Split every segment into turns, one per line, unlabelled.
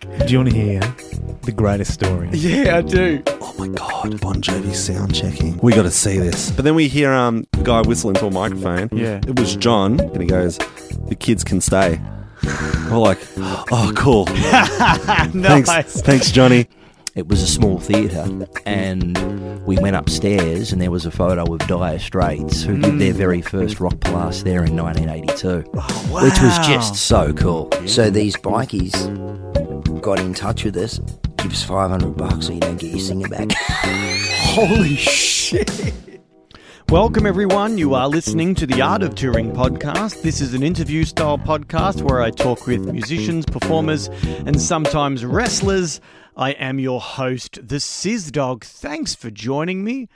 Do you want to hear the greatest story?
Yeah, I do.
Oh my god, Bon Jovi sound checking. We got to see this. But then we hear um the guy whistling to a microphone.
Yeah.
it was John, and he goes, "The kids can stay." We're like, "Oh, cool.
Nice.
Thanks, thanks, Johnny."
It was a small theatre, and we went upstairs, and there was a photo of Dire Straits, who did
Mm.
their very first rock blast there in 1982, which was just so cool.
Oh, So these bikies got in touch with us. Give us 500 bucks so you don't get your singer back.
Holy shit. Welcome, everyone. You are listening to the Art of Touring podcast. This is an interview style podcast where I talk with musicians, performers, and sometimes wrestlers. I am your host, the Sizz Dog. Thanks for joining me.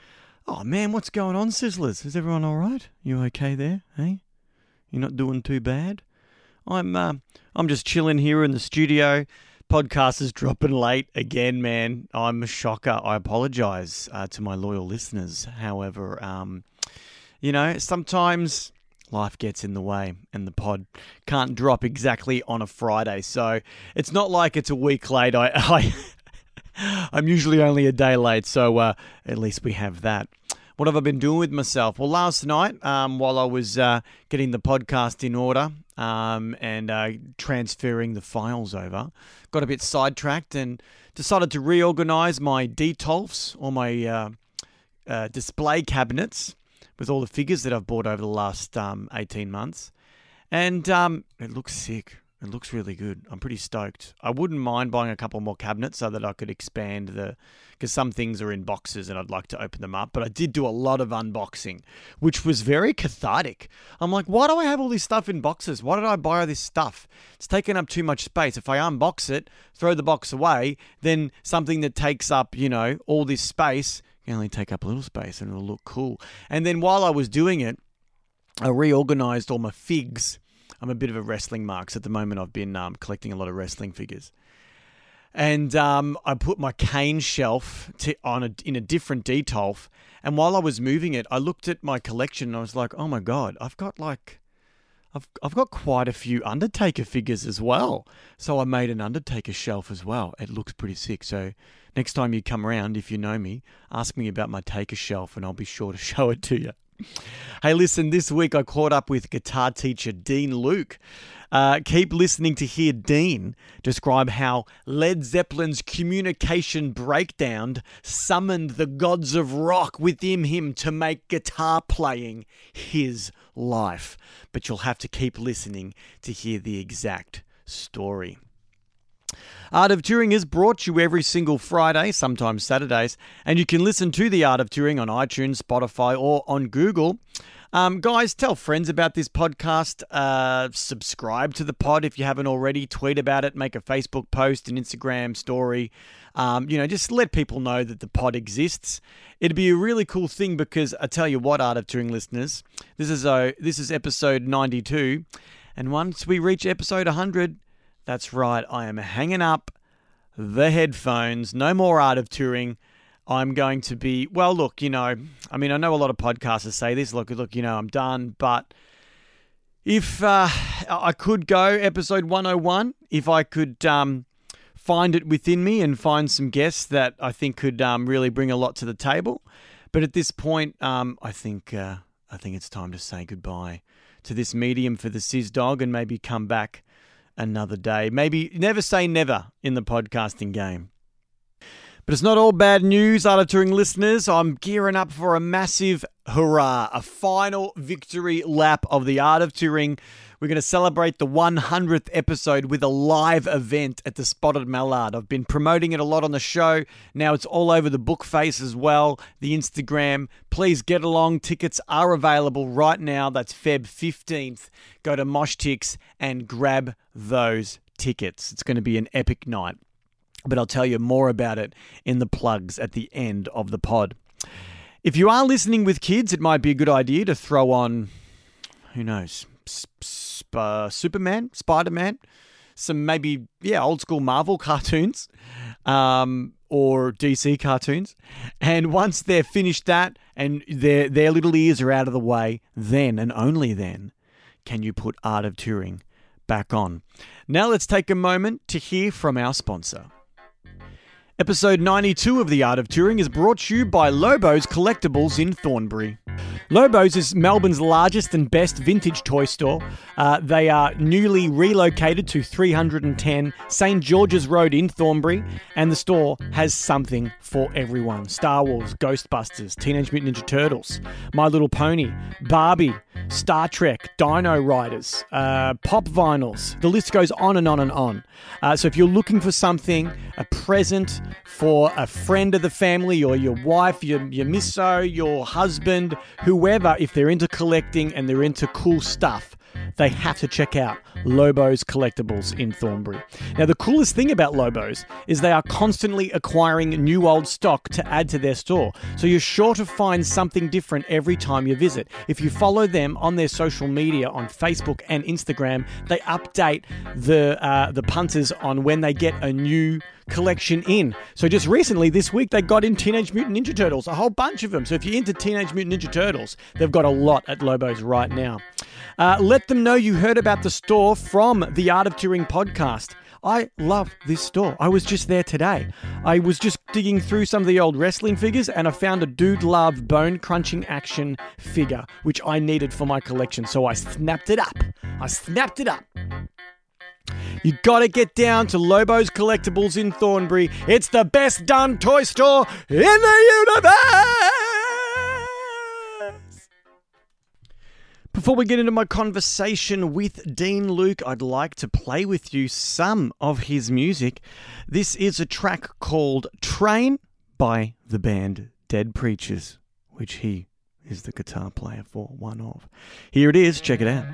Oh, man, what's going on, Sizzlers? Is everyone all right? You okay there? Hey? You're not doing too bad? I'm uh, I'm just chilling here in the studio. Podcast is dropping late again, man. I'm a shocker. I apologize uh, to my loyal listeners. However, um, you know, sometimes life gets in the way and the pod can't drop exactly on a Friday. So it's not like it's a week late. I, I I'm usually only a day late, so uh, at least we have that. What have I been doing with myself? Well, last night, um, while I was uh, getting the podcast in order um, and uh, transferring the files over, got a bit sidetracked and decided to reorganize my DTOLFs or my uh, uh, display cabinets with all the figures that I've bought over the last um, 18 months. And um, it looks sick. It looks really good. I'm pretty stoked. I wouldn't mind buying a couple more cabinets so that I could expand the. Because some things are in boxes and I'd like to open them up. But I did do a lot of unboxing, which was very cathartic. I'm like, why do I have all this stuff in boxes? Why did I buy all this stuff? It's taking up too much space. If I unbox it, throw the box away, then something that takes up, you know, all this space can only take up a little space and it'll look cool. And then while I was doing it, I reorganized all my figs. I'm a bit of a wrestling marks at the moment. I've been um, collecting a lot of wrestling figures, and um, I put my cane shelf to, on a, in a different detolf. And while I was moving it, I looked at my collection and I was like, "Oh my god, I've got like." I've, I've got quite a few Undertaker figures as well. So I made an Undertaker shelf as well. It looks pretty sick. So next time you come around, if you know me, ask me about my Taker shelf and I'll be sure to show it to you. Hey, listen, this week I caught up with guitar teacher Dean Luke. Uh, keep listening to hear Dean describe how Led Zeppelin's communication breakdown summoned the gods of rock within him to make guitar playing his life. But you'll have to keep listening to hear the exact story. Art of Touring is brought to you every single Friday, sometimes Saturdays, and you can listen to The Art of Touring on iTunes, Spotify, or on Google. Um, guys, tell friends about this podcast. Uh, subscribe to the pod if you haven't already. Tweet about it. Make a Facebook post, an Instagram story. Um, you know, just let people know that the pod exists. It'd be a really cool thing because I tell you what, Art of Touring listeners, this is uh, this is episode ninety two, and once we reach episode hundred. That's right, I am hanging up the headphones. No more art of touring. I'm going to be, well, look, you know, I mean, I know a lot of podcasters say this. Look, look, you know, I'm done, but if uh, I could go episode 101, if I could um, find it within me and find some guests that I think could um, really bring a lot to the table. But at this point, um, I think uh, I think it's time to say goodbye to this medium for the Sizz Dog and maybe come back another day. Maybe never say never in the podcasting game. But it's not all bad news, Art of Touring listeners. I'm gearing up for a massive hurrah, a final victory lap of the Art of Touring. We're going to celebrate the 100th episode with a live event at the Spotted Mallard. I've been promoting it a lot on the show. Now it's all over the book face as well, the Instagram. Please get along. Tickets are available right now. That's Feb 15th. Go to Moshtix and grab those tickets. It's going to be an epic night but I'll tell you more about it in the plugs at the end of the pod. If you are listening with kids, it might be a good idea to throw on, who knows, sp- sp- uh, Superman, Spider Man, some maybe, yeah, old school Marvel cartoons um, or DC cartoons. And once they're finished that and their, their little ears are out of the way, then and only then can you put Art of Touring back on. Now let's take a moment to hear from our sponsor. Episode 92 of The Art of Touring is brought to you by Lobos Collectibles in Thornbury. Lobos is Melbourne's largest and best vintage toy store. Uh, they are newly relocated to 310 St. George's Road in Thornbury, and the store has something for everyone Star Wars, Ghostbusters, Teenage Mutant Ninja Turtles, My Little Pony, Barbie, Star Trek, Dino Riders, uh, pop vinyls. The list goes on and on and on. Uh, so if you're looking for something, a present for a friend of the family or your wife, your, your misso, your husband, whoever, if they're into collecting and they're into cool stuff, they have to check out Lobos Collectibles in Thornbury. Now, the coolest thing about Lobos is they are constantly acquiring new old stock to add to their store, so you're sure to find something different every time you visit. If you follow them on their social media on Facebook and Instagram, they update the uh, the punters on when they get a new collection in. So just recently, this week, they got in Teenage Mutant Ninja Turtles, a whole bunch of them. So if you're into Teenage Mutant Ninja Turtles, they've got a lot at Lobos right now. Uh, let them know you heard about the store from the Art of Touring podcast. I love this store. I was just there today. I was just digging through some of the old wrestling figures and I found a Dude Love bone crunching action figure, which I needed for my collection. So I snapped it up. I snapped it up. You gotta get down to Lobo's Collectibles in Thornbury. It's the best done toy store in the universe! Before we get into my conversation with Dean Luke, I'd like to play with you some of his music. This is a track called Train by the band Dead Preachers, which he is the guitar player for one of. Here it is, check it out.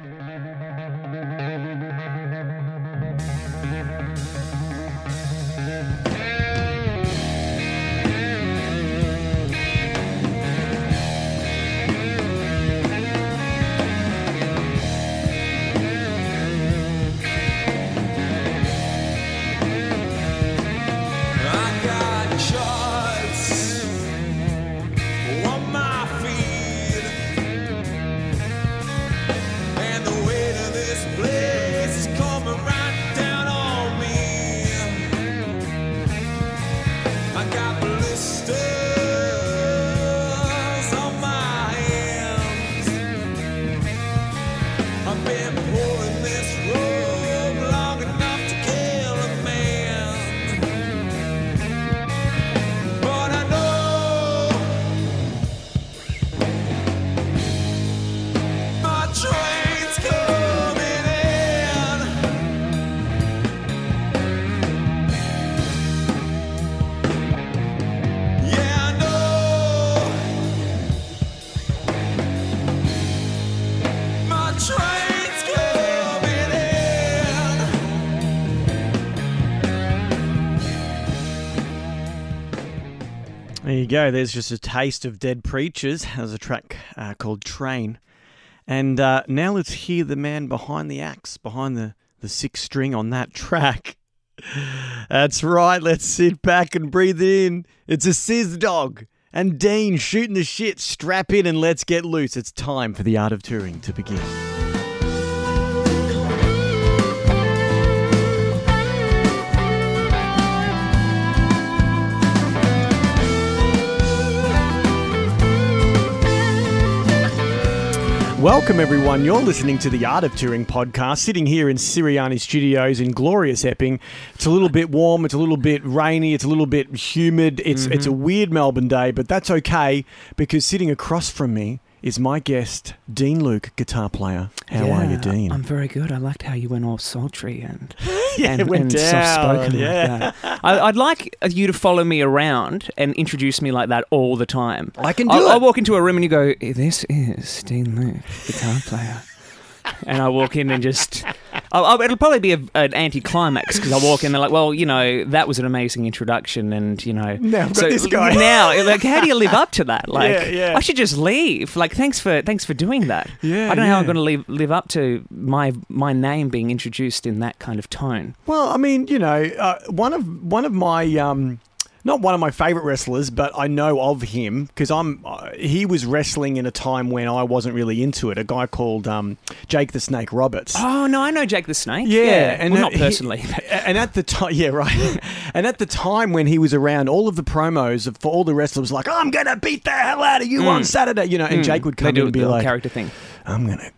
There you go. There's just a taste of Dead Preachers. There's a track uh, called Train. And uh, now let's hear the man behind the axe, behind the, the sixth string on that track. That's right. Let's sit back and breathe it in. It's a Sizz Dog and Dean shooting the shit. Strap in and let's get loose. It's time for the art of touring to begin. Welcome, everyone. You're listening to the Art of Touring podcast, sitting here in Siriani Studios in glorious Epping. It's a little bit warm, it's a little bit rainy, it's a little bit humid. It's, it's a
Mm-hmm.
weird Melbourne day, but that's okay because sitting across from me is my guest, Dean Luke, guitar player. How are you,
Yeah,
Dean?
I'm very good. I liked how you went all sultry and
Yeah,
and,
it went
and
down,
soft-spoken
yeah.
like that. I, I'd like you to follow me around and introduce me like that all the time.
I can
I'll, I'll walk into a room and you go, "This is Dean Luke, guitar player," and I walk in and just. I'll, I'll- it'll probably be a, an anticlimax because I walk in they're like, well, you know, that was an amazing introduction, and you know,
Now I've got this guy.
now, like, how do you live up to that? Like,
Yeah, yeah.
I should just leave. Like, thanks for thanks for doing that.
Yeah,
I don't know how I'm
yeah.
going to live live up to my my name being introduced in that kind of tone.
Well, I mean, you know, uh, one of one of my um, not one of my favorite wrestlers, but I know of him because I'm. Uh, he was wrestling in a time when I wasn't really into it. A guy called um, Jake the Snake Roberts.
Oh no, I know Jake the Snake.
Yeah,
and
uh,
not
he-
personally. but-
and at the time, yeah, right. and at the time when he was around, all of the promos of- for all the wrestlers was like, "I'm gonna beat the hell out of you on Saturday," you know. And Jake would
Hmm. they
come in
do
and be
the
like,
character thing.
"I'm gonna."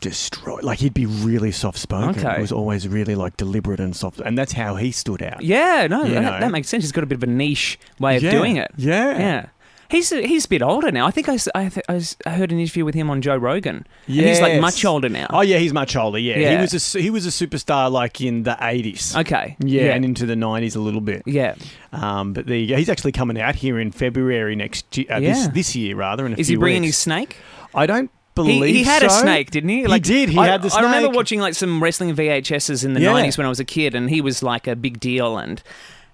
Destroy like he'd be really soft spoken.
Okay.
He was always really like deliberate and soft, and that's how he stood out.
Yeah, no,
You
that,
know.
that makes sense. He's got a bit of a niche way of
Yeah,
doing it.
yeah.
yeah. He's a, he's a bit older now. I think I, s- I th- I s- I heard an interview with him on Joe Rogan. and he's like
Yes.
much older now.
Oh yeah, he's much older. Yeah, he
Yeah.
was a su- he was a superstar like in the eighties.
Okay.
Yeah,
Yeah.
and into the nineties a little bit.
yeah.
Um, but there you go. He's actually coming out here in February next year. Uh, this,
Yeah.
this year rather. In a
Is
few
he bringing his
weeks.
snake?
I don't
He,
believe
he had a
so.
snake, didn't he?
He did. He
I,
had the
I remember
snake.
watching like some wrestling VHSs in the
Yeah.
nineties when I was a kid, and he was like a big deal. And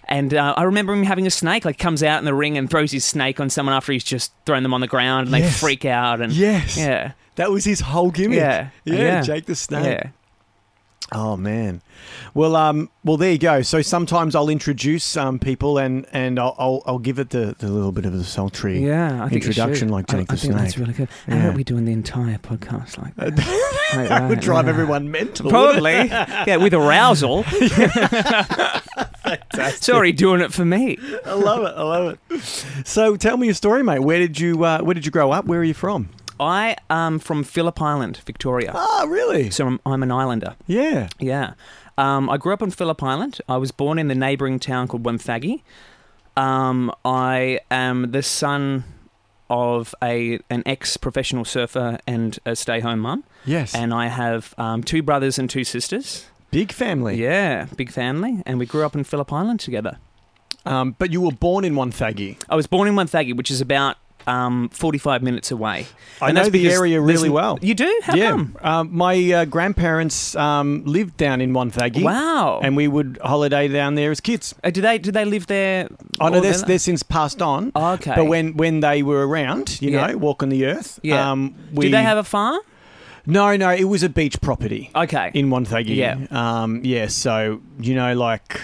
and uh, I remember him having a snake. Like comes out in the ring and throws his snake on someone after he's just thrown them on the ground, and
Yes.
they freak out. And
Yes.
yeah,
That was his whole gimmick.
Yeah.
yeah,
Yeah.
Jake the Snake.
yeah.
Oh man. Well, um, well, there you go. So sometimes I'll introduce um, people and and I'll, I'll I'll give it the, the little bit of the sultry
Yeah, I think you
introduction
should.
like
I-
Jake
I
the
think
Snake.
That's really good.
Yeah.
How about we doing the entire podcast like that? Like
that would
that,
drive
yeah.
everyone mental. wouldn't it?
Probably, yeah, with arousal. Sorry, doing it for me.
I love it. I love it. So tell me your story, mate. Where did you uh, Where did you grow up? Where are you from?
I am from Phillip Island, Victoria.
Ah, really?
So I'm, I'm an islander.
Yeah.
Yeah. Um, I grew up on Phillip Island. I was born in the neighbouring town called Wonthaggi. Um, I am the son of a an ex professional surfer and a stay home mum,
Yes.
and I have um, two brothers and two sisters.
big family.
Yeah, big family, and we grew up in Phillip Island together.
Um, but you were born in Wonthaggi.
I was born in Wonthaggi, which is about um, 45 minutes away.
I
And
know
that's
the
because
area
there's-
really well.
You do? How
yeah.
come?
Um, my uh, grandparents um, lived down in Wonthaggi.
Wow.
And we would holiday down there as kids.
Uh, do they do they live there?
I know
all
they're,
their-
they're since passed on.
Oh, okay.
But when, when they were around, you
Yeah.
know, walking the earth,
Yeah.
um, we
do they have a farm?
no, no. It was a beach property.
Okay.
in Wonthaggi.
Yeah.
Um, yeah. So you know, like,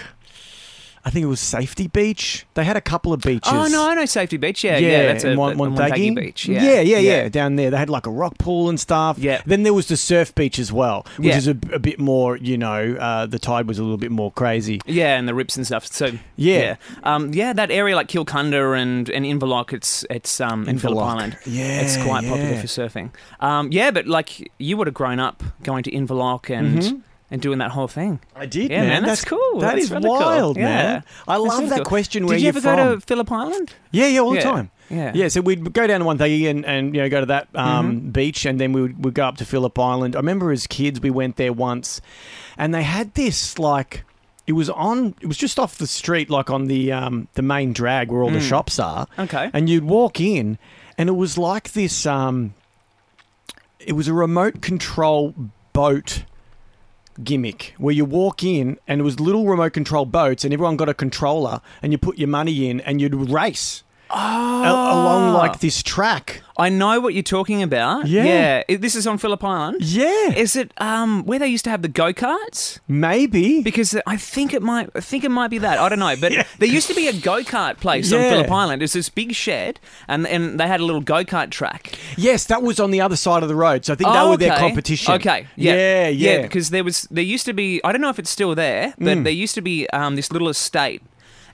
I think it was Safety Beach. They had a couple of beaches.
oh no, I know Safety Beach. Yeah, yeah, that's
in
a,
Won-
the- the Wonthaggi Beach. Yeah,
yeah, yeah, yeah, Down there, they had like a rock pool and stuff.
Yeah.
Then there was the surf beach as well, which
Yeah.
is a, a bit more. You know, uh, the tide was a little bit more crazy.
Yeah, and the rips and stuff. So
Yeah.
um, yeah, that area like Kilcunda and and Inverloch, it's it's um, in Phillip
Inverloch.
Island.
Yeah,
it's quite
yeah.
popular for surfing. Um, yeah, but like you would have grown up going to Inverloch and
Mm-hmm.
and doing that whole thing.
I did,
Yeah, man, that's cool.
That
That's
is
really cool.
wild, man. I
That's
love
really
that
cool.
question. Where
Did you
are
ever
from?
go to Phillip Island?
Yeah, yeah, all
Yeah.
the time.
Yeah.
yeah. So we'd go down to one thing and, and you know go to that um, beach, and then we would we'd go up to Phillip Island. I remember as kids we went there once, and they had this like it was on it was just off the street, like on the um, the main drag where all the shops are.
Okay.
and you'd walk in, and it was like this. Um, it was a remote control boat gimmick where you walk in and it was little remote control boats and everyone got a controller and you put your money in and you'd race a-
Ah.
along like this track.
I know what you're talking about.
Yeah.
It- this is on Phillip Island.
Yeah,
Is it um, where they used to have the go karts?
maybe.
Because I think it might, I think it might be that. I don't know, but there used to be a go kart place on
Yeah.
Phillip Island. It was this big shed, and and they had a little go kart track.
yes, that was on the other side of the road, so I think they were their competition.
Okay,
yeah,
yeah,
yeah. Mm.
Because there was, there used to be. I don't know if it's still there, but there used to be um, this little estate.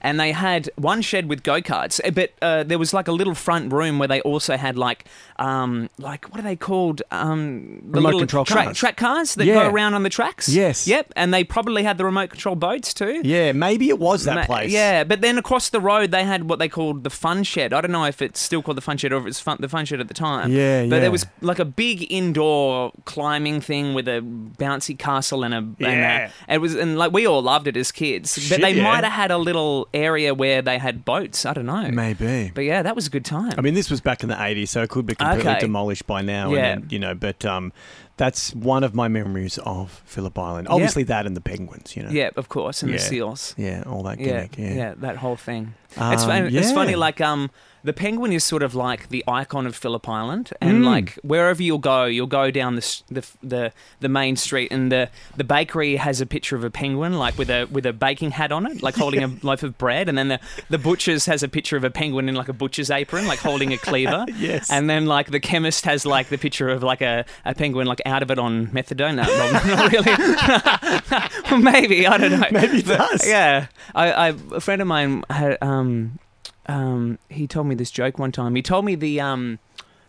And they had one shed with go karts, but uh, there was like a little front room where they also had like, um, like what are they called? Um, the
Remote
little
control
track,
cars.
track cars that
Yeah.
go around on the tracks.
Yes.
Yep. And they probably had the remote control boats too.
yeah, maybe it was that
Ma-
place.
Yeah, but then across the road they had what they called the fun shed. I don't know if it's still called the fun shed or if it's fun, the fun shed at the time.
Yeah,
But
yeah.
there was like a big indoor climbing thing with a bouncy castle and a and
Yeah.
a, it was and like we all loved it as kids.
Shit,
but they
yeah.
might have had a little area where they had boats. I don't know.
maybe.
But yeah, that was a good time.
I mean, this was back in the '80s, so it could be completely
Okay.
demolished by now.
Yeah.
and then, you know, but um, That's one of my memories of Phillip Island. Obviously, that and the penguins, you know.
Yeah, of course, and the
Yeah.
seals.
Yeah, all that
Yeah,
gimmick.
yeah,
Yeah.
that whole thing.
Um,
it's, funny, it's
yeah.
funny, like, um, the penguin is sort of like the icon of Phillip Island, and
Hmm.
like wherever you'll go, you'll go down the, s- the f- the the main street, and the the bakery has a picture of a penguin, like with a with a baking hat on it, like holding a loaf of bread, and then the the butcher's has a picture of a penguin in like a butcher's apron, like holding a cleaver,
Yes.
and then like the chemist has like the picture of like a, a penguin like out of it on methadone, no, not, not really, maybe I don't know,
Maybe it does.
yeah, I, I a friend of mine had um, um, he told me this joke one time. He told me the um,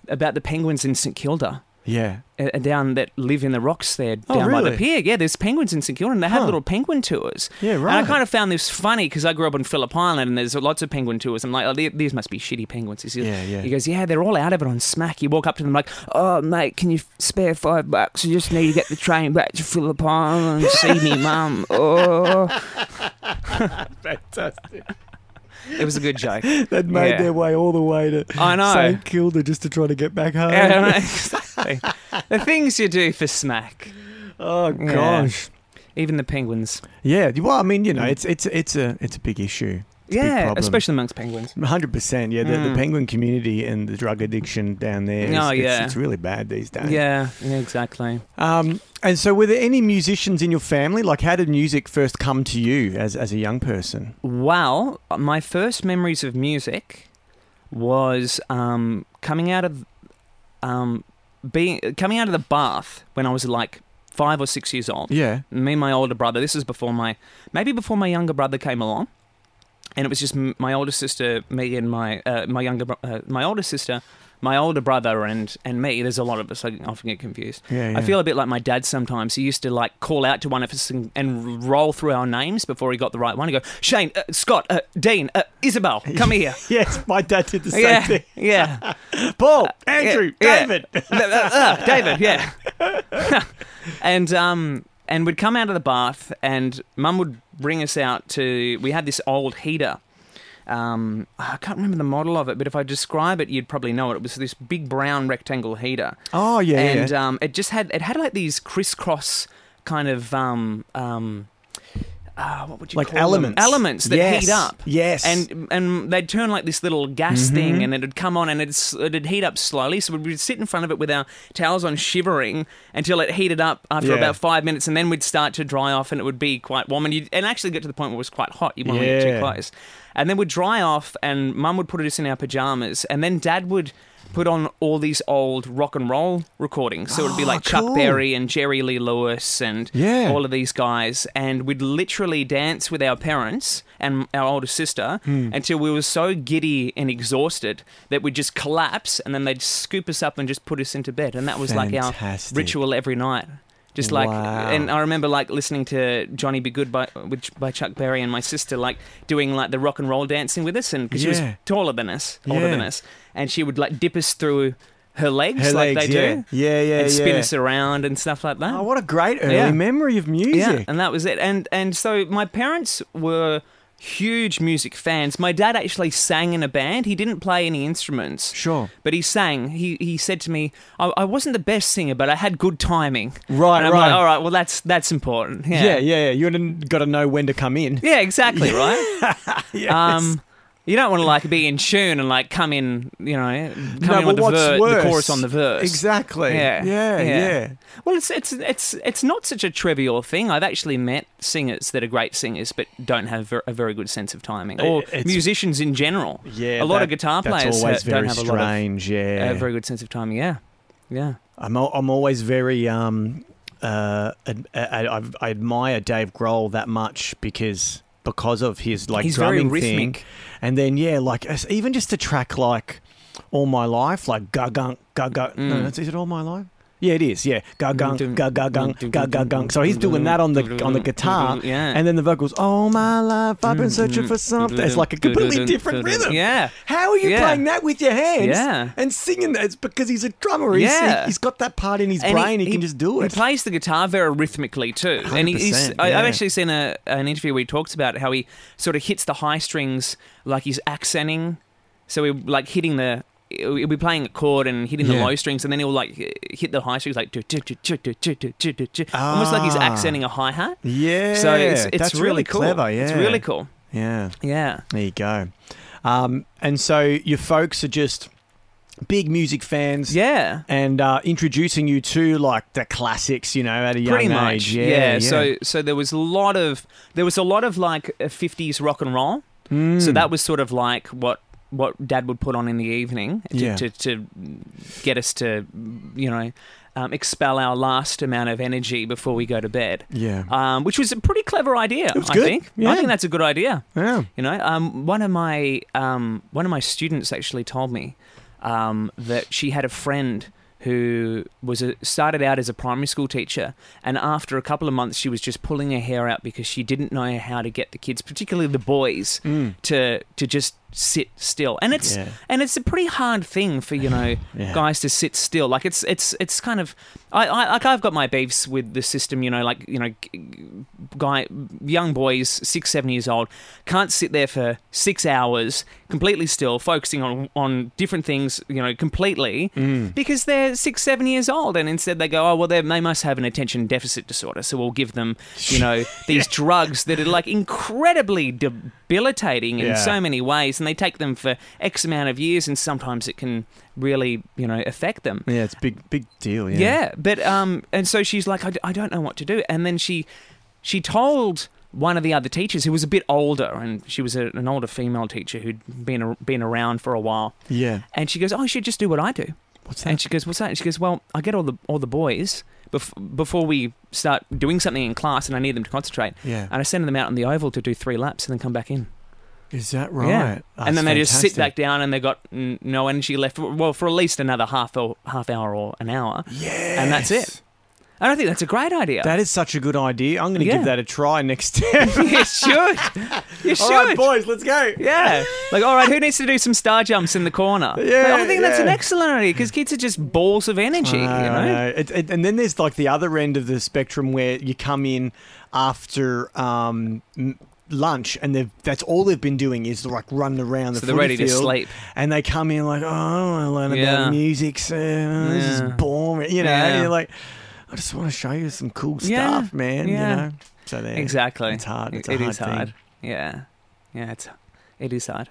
about the penguins in St Kilda.
Yeah.
uh, uh, Down that live in the rocks there, down
Oh,
by the
really?
pier. Yeah, there's penguins in St Kilda, and they have
Huh.
little penguin tours.
Yeah, right.
And I kind of found this funny because I grew up on Phillip Island, and there's lots of penguin tours. I'm like, oh, the- these must be shitty penguins. He says-
Yeah, yeah.
He goes, yeah, they're all out of it on smack. You walk up to them like, oh mate, can you f- spare five bucks? I just need to get the train back to Phillip Island, see me mum. Oh.
Fantastic.
It was a good joke.
They'd made
Yeah.
their way all the way to
I know.
St Kilda just to try to get back home.
Yeah, I know, exactly. the things you do for smack.
Oh
Yeah.
gosh.
Even the penguins.
Yeah. Well, I mean, you
Mm.
know, it's it's it's a it's a big issue. It's a big
yeah,
problem.
especially amongst penguins.
Hundred percent, yeah. The, the
Mm.
penguin community and the drug addiction down there. Is,
Oh,
it's,
yeah.
it's really bad these days.
Yeah, yeah, exactly.
Um, and so, were there any musicians in your family? Like, how did music first come to you as as a young person?
Well, my first memories of music was um, coming out of um, being coming out of the bath when I was like five or six years old.
Yeah.
me and my older brother this is before my maybe before my younger brother came along and it was just m- my older sister me and my uh, my younger bro- uh, my older sister my older brother and and me there's a lot of us i often get confused
Yeah.
I feel a bit like my dad sometimes. He used to like call out to one of us and, and roll through our names before he got the right one. He go, Shane, uh, Scott, uh, Dean, uh, Isabel, come here.
yes, my dad did the same
yeah,
thing.
yeah.
Paul, Andrew,
yeah.
David.
Uh, uh, uh, David, yeah. and um and we'd come out of the bath and mum would bring us out to we had this old heater. Um, I can't remember the model of it, but if I describe it, you'd probably know it. It was this big brown rectangle heater,
Oh yeah.
and
yeah.
um, it just had it had like these crisscross kind of um, um, uh, what would you
like
call them?
elements,
elements that
Yes,
heat up,
Yes. Mm-hmm.
and and they'd turn like this little gas thing, and it'd come on, and it'd s- it'd heat up slowly. So we'd sit in front of it with our towels on, shivering until it heated up after
Yeah.
about five minutes, and then we'd start to dry off, and it would be quite warm, and you and actually get to the point where it was quite hot. You wouldn't want to get
Yeah.
too close, and then we'd dry off, and Mum would put us in our pajamas, and then Dad would. Put on all these old rock and roll recordings, so it'd be like Chuck
Oh, cool.
Berry and Jerry Lee Lewis and
Yeah.
all of these guys, and we'd literally dance with our parents and our older sister
Hmm.
until we were so giddy and exhausted that we'd just collapse, and then they'd scoop us up and just put us into bed, and that was like our
Fantastic.
ritual every night. Just like,
Wow.
and I remember like listening to Johnny Be Good by which, by Chuck Berry and my sister like doing like the rock and roll dancing with us, and because she
Yeah.
was taller than us, older
Yeah.
than us, and she would like dip us through her legs
Her
like
legs,
they
yeah.
do,
Yeah, yeah,
and spin
yeah.
us around and stuff like that.
oh, what a great early
Yeah.
memory of music.
Yeah, and that was it. And and so my parents were huge music fans. My dad actually sang in a band. He didn't play any instruments.
Sure.
But he sang. He he said to me, "I, I wasn't the best singer, but I had good timing."
Right,
And I'm
right.
like, all right. Well, that's that's important. Yeah.
Yeah, yeah, yeah. You got to know when to come in.
Yeah, exactly. Right. Um. You don't want to like be in tune and like come in, you know, come in with the, ver- the chorus on the verse.
Exactly.
Yeah,
Yeah. Yeah.
yeah. Well, it's it's it's it's not such a trivial thing. I've actually met singers that are great singers but don't have ver- a very good sense of timing, or
It's-
musicians in general. a lot of guitar players
That's always
ha-
very
don't have a lot of uh,
strange. yeah.
a very good sense of timing. Yeah, yeah.
I'm al- I'm always very um uh ad- I, I, I admire Dave Grohl that much because because of his like
He's very
drumming thing,
rhythmic.
and then yeah, like as- even just a track like All My Life, like gagunk gagunk. No,
Mm.
that's- is it All My Life? Yeah, it is. Yeah, gagunk
Dum,
gagunk
dum, dum,
gagunk. So he's doing that on the on the guitar,
Yeah.
and then the vocals. All my life, I've
Mm,
been searching for something. It's like a completely different rhythm.
Yeah,
How are you
Yeah.
playing that with your hands
Yeah.
and singing that? It's because he's a drummer. He's,
Yeah.
he- he's got that part in his
And
brain. He, can just do it.
He plays the guitar very rhythmically too. And he- he's,
100%,
I, I've
yeah.
actually seen a, an interview where he talks about how he sort of hits the high strings like he's accenting. So he like hitting the he'll be playing a chord and hitting the
Yeah.
low strings, and then he'll like hit the high strings like do, do, do, do, do, do, do, do, do, do. almost like he's
Ah.
accenting a hi hat.
Yeah.
so it's, it's
that's
really, cool.
clever. Yeah.
It's really cool.
Yeah.
Yeah.
There you go. Um, and so your folks are just big music fans.
Yeah.
And uh, introducing you to like the classics, you know, at a young
Pretty much.
age.
Yeah, So so there was a lot of there was a lot of like fifties rock and roll.
Mm.
So that was sort of like what what Dad would put on in the evening to
Yeah.
to, to get us to you know um, expel our last amount of energy before we go to bed.
yeah.
Um, which was a pretty clever idea,
was
I
good.
think.
Yeah.
I think that's a good idea.
yeah.
You know, um, one of my um, one of my students actually told me um, that she had a friend who was a, started out as a primary school teacher, and after a couple of months, she was just pulling her hair out because she didn't know how to get the kids, particularly the boys,
Mm.
to to just sit still. And it's
Yeah.
and it's a pretty hard thing for you know
Yeah.
guys to sit still. Like it's it's it's kind of I, I like I've got my beefs with the system. You know, like you know, g- guy young boys six seven years old can't sit there for six hours completely still, focusing on on different things. You know, completely
Mm.
because they're six seven years old, and instead they go, oh well, they they must have an attention deficit disorder, so we'll give them you know these drugs that are like incredibly debilitating in
Yeah.
so many ways, and they take them for X amount of years, and sometimes it can really you know affect them.
Yeah, it's big, big deal. Yeah.
Yeah. but um, and so she's like, I, d- I don't know what to do, and then she, she told one of the other teachers who was a bit older, and she was a, an older female teacher who'd been a, been around for a while,
Yeah.
and she goes, oh, you should just do what I do,
What's
and she goes, what's that? And she goes, well, I get all the all the boys bef- before we start doing something in class, and I need them to concentrate,
Yeah.
and I send them out on the oval to do three laps, and then come back in.
Is that right?
Yeah. and then they just sit back
fantastic.
down and they got n- no energy left. Well, for at least another half or half hour or an hour.
Yes.
and that's it. And I think that's a great idea.
That is such a good idea. I'm going to
Yeah.
give that a try next time.
you should. You
All
should.
right, boys, let's go.
yeah. Like, all right, who needs to do some star jumps in the corner?
Yeah,
Like, I think that's an
yeah.
excellent idea because kids are just balls of energy, you
I
know?
know. It, it, and then there's like the other end of the spectrum where you come in after um, m- lunch, and they've that's all they've been doing is like running around the.
So they're
footy
ready to
field,
sleep.
and they come in like, oh, I don't want to learn
Yeah.
about music. So this is
Yeah.
boring, you know.
Yeah.
And you're like, I just want to show you some cool
Yeah,
stuff, man.
yeah.
You know. So there.
Exactly.
It's hard. It's a
It
hard
is
thing.
hard. Yeah. Yeah, it's, it is hard.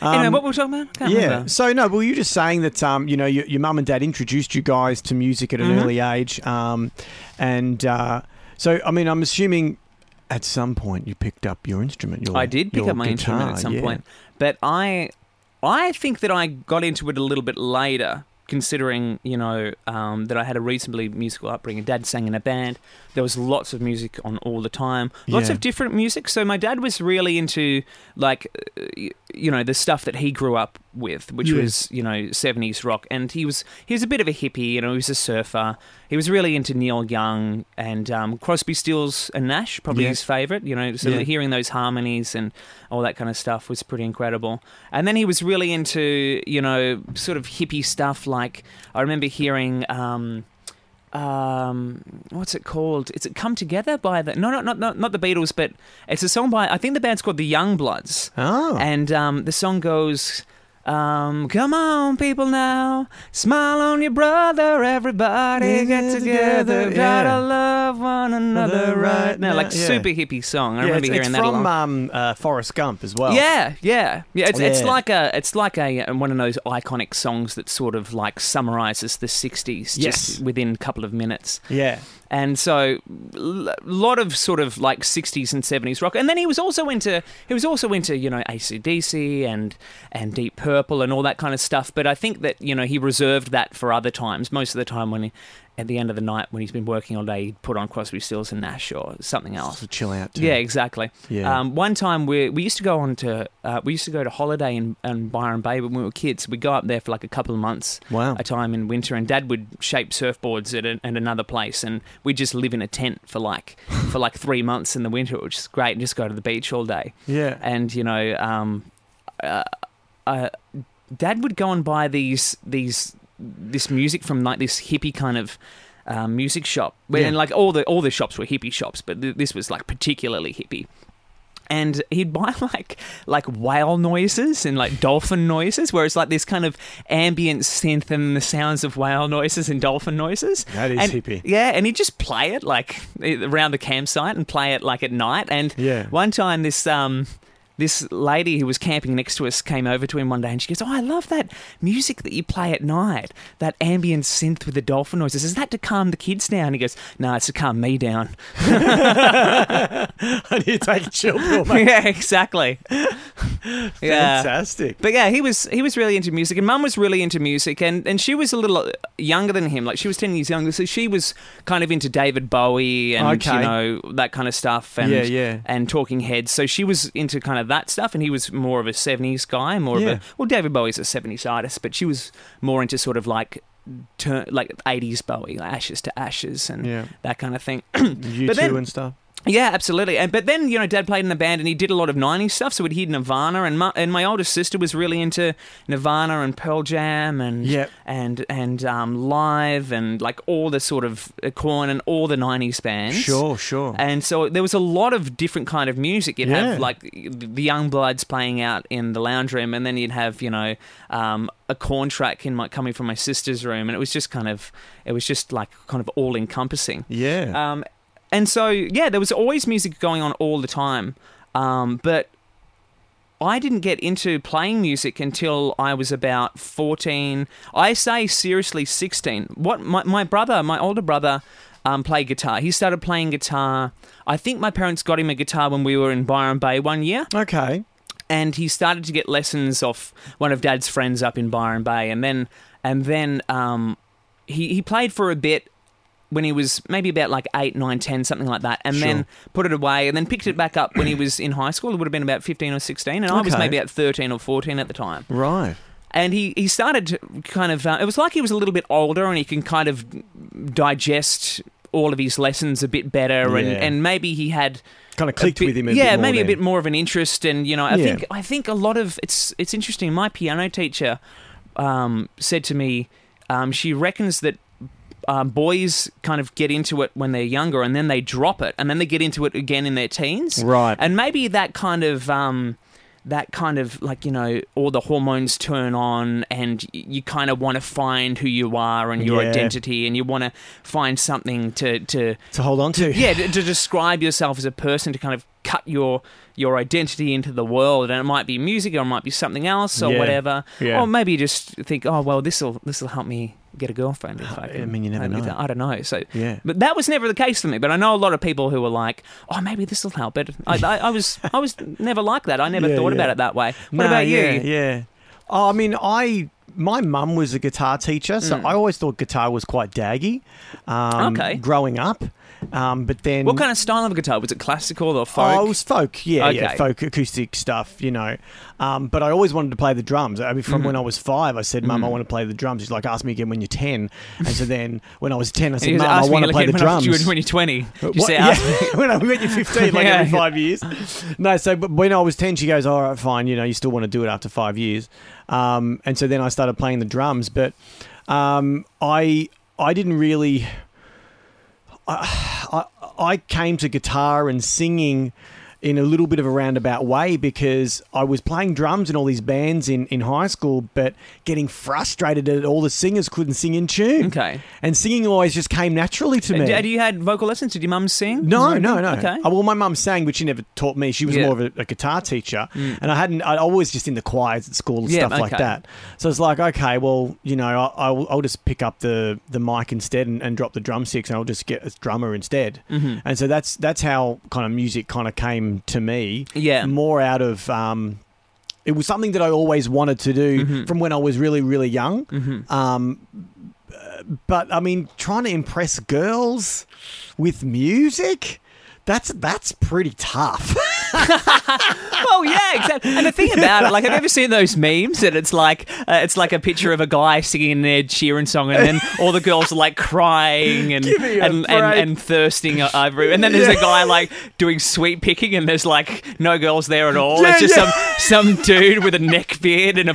Um,
anyway, what were we talking about? I can't
yeah.
remember.
So no, well, you're just saying that um, you know your, your mum and dad introduced you guys to music at an
Mhm.
early age, um, and uh, so I mean, I'm assuming at some point you picked up your instrument. Your,
I did pick
your
up my instrument at
guitar,
some
yeah.
point, but I, I think that I got into it a little bit later. Considering you know um, that I had a reasonably musical upbringing, Dad sang in a band. There was lots of music on all the time, lots
Yeah.
of different music. So my dad was really into like uh, y- you know the stuff that he grew up with, which
Yeah.
was you know seventies rock. And he was he was a bit of a hippie. You know, he was a surfer. He was really into Neil Young and um, Crosby, Stills and Nash, probably
Yeah.
his favorite. You know, so
Yeah.
hearing those harmonies and all that kind of stuff was pretty incredible. And then he was really into you know sort of hippie stuff. Like I remember hearing. Um, um, what's it called? It's Come Together by the no, no, not not not the Beatles, but it's a song by I think the band's called the Young Bloods.
Oh,
And um, the song goes, um, Come on, people now, smile on your brother, everybody get together,
Yeah.
gotta love one another right now. Like
Yeah.
super hippie song. I
yeah,
remember
it's,
hearing
it's
that a
from
lot.
um, uh, Forrest Gump as well.
Yeah, yeah, yeah. It's, it's
Yeah.
like a, it's like a uh, one of those iconic songs that sort of like summarizes the
Yes.
'60s just within a couple of minutes.
yeah,
And so, a lot of sort of like '60s and '70s rock. And then he was also into he was also into you know ACDC and and Deep Purple and all that kind of stuff. But I think that you know he reserved that for other times. Most of the time when he, at the end of the night when he's been working all day, he'd put on Crosby, Stills and Nash or something else.
So chill out. Too.
Oh. Yeah, exactly.
Yeah.
Um, one time we we used to go on to uh, we used to go to holiday in, in Byron Bay when we were kids. We'd go up there for like a couple of months
Wow.
a time in winter, and Dad would shape surfboards at, a, at another place, and we'd just live in a tent for like for like three months in the winter, which is great, and just go to the beach all day.
yeah.
And you know, um, uh, uh, Dad would go and buy these these this music from like this hippie kind of. Um, music shop,
Yeah.
and like all the all the shops were hippie shops, but th- this was like particularly hippie. and he'd buy like like whale noises and like dolphin noises, where it's like this kind of ambient synth and the sounds of whale noises and dolphin noises.
That is
And-
hippie.
Yeah, and he'd just play it like around the campsite and play it like at night. And
Yeah.
one time this um this lady who was camping next to us came over to him one day and she goes, Oh, I love that music that you play at night, that ambient synth with the dolphin noises. Is that to calm the kids down? He goes, No, it's to calm me down.
I need to take a chill pill, mate.
yeah, exactly. yeah.
Fantastic.
But yeah, he was he was really into music, and Mum was really into music, and, and she was a little younger than him, like she was ten years younger, so she was kind of into David Bowie and
Okay.
you know that kind of stuff, and
Yeah, yeah.
and Talking Heads. So she was into kind of that stuff, and he was more of a seventies guy, more
Yeah.
of a well, David Bowie's a seventies artist, but she was more into sort of like turn like eighties Bowie, like Ashes to Ashes, and
Yeah.
that kind of thing.
You two
But then-
and stuff.
Yeah, absolutely. And but then you know, Dad played in the band, and he did a lot of '90s stuff. So we'd hear Nirvana, and my, and my oldest sister was really into Nirvana and Pearl Jam, and
Yep.
and and um, Live, and like all the sort of uh, Corn and all the '90s bands.
Sure, sure.
And so there was a lot of different kind of music. You'd
Yeah.
have like the Young Bloods playing out in the lounge room, and then you'd have you know um, a corn track in my coming from my sister's room, and it was just kind of it was just like kind of all encompassing.
yeah.
Um, and so yeah, there was always music going on all the time. Um, but I didn't get into playing music until I was about fourteen. I say seriously sixteen. What my my brother, my older brother. Um, played guitar. He started playing guitar. I think my parents got him a guitar when we were in Byron Bay one year
okay.
and he started to get lessons off one of Dad's friends up in Byron Bay, and then and then um, he he played for a bit when he was maybe about like eight, nine, ten, something like that, and then put it away, and then picked it back up when he was in high school. It would have been about fifteen or sixteen, and I was
Okay.
maybe at thirteen or fourteen at the time
Right.
and he, he started to kind of uh, it was like he was a little bit older and he can kind of digest all of his lessons a bit better and,
Yeah.
and maybe he had
Kinda
a
clicked
bit-
with him a
yeah
bit more
maybe
then.
a bit more of an interest and you know I
Yeah.
think I think a lot of it's it's interesting my piano teacher um, said to me um, she reckons that um, boys kind of get into it when they're younger and then they drop it and then they get into it again in their teens
Right.
and maybe that kind of um, that kind of like you know all the hormones turn on and y- you kind of want to find who you are and your
Yeah.
identity and you want to find something to to
To hold on to.
yeah to, to describe yourself as a person to kind of cut your your identity into the world and it might be music or it might be something else or
Yeah.
whatever
Yeah.
or maybe you just think oh well this will this will help me get a girlfriend if I,
I
can,
mean, you never
I-
know.
I don't know so
Yeah.
but that was never the case for me. But I know a lot of people who were like, "Oh, maybe this will help." But I, I, I was, I was never like that. I never
Yeah,
thought
yeah.
about it that way. What
No,
about you?
Yeah, yeah. Oh, I mean, I my mum was a guitar teacher, so I always thought guitar was quite daggy. Um,
Mm. Okay.
Growing up, um, but then
What kind of style of guitar was it? Classical or folk?
Oh, it was folk, yeah, yeah,
Okay.
folk acoustic stuff, you know. Um, but I always wanted to play the drums. I mean,
Mm.
from when I was five, I said, "Mum, I want to play the drums." She's like, "Ask me again when you're 10. And so then, when I was ten, I said,
You
"Mum, I
asked me
want to play
again
the
when I
drums." Uh,
was- You were twenty twenty. You
What?
say,
Yeah.
ask me-
when I met you 15, like every
Yeah.
five years. No, so but when I was 10, she goes, all right, fine, you know, you still want to do it after five years. Um, and so then I started playing the drums, but um, I I didn't really. I, I, I came to guitar and singing in a little bit of a roundabout way because I was playing drums in all these bands in, in high school, but getting frustrated that all the singers couldn't sing in tune.
Okay.
And singing always just came naturally to me.
Had you had vocal lessons? Did your mum sing?
No, no, no.
Okay.
Oh, well, my mum sang, but she never taught me. She was
Yeah. Mm.
more of a, a guitar teacher, and I hadn't. I always just in the choirs at school and
Yeah,
stuff like
okay.
that. So it's like, okay, well, you know, I, I'll, I'll just pick up the, the mic instead and, and drop the drumsticks, and I'll just get a drummer instead.
Mm-hmm.
And so that's that's how kind of music kind of came to me.
Yeah.
more out of. Um, it was something that I always wanted to do
Mm-hmm.
from when I was really, really young. Um, but I mean, trying to impress girls with music. That's that's pretty tough.
Oh yeah, exactly. And the thing about it, like, have you ever seen those memes? And it's like, uh, it's like a picture of a guy singing an Ed Sheeran song, and then all the girls are like crying and
Give me a
and, and,
break.
and thirsting over him. And then there's a guy like doing sweet picking, and there's like no girls there at all.
Yeah,
it's just
yeah.
some some dude with a neck beard and a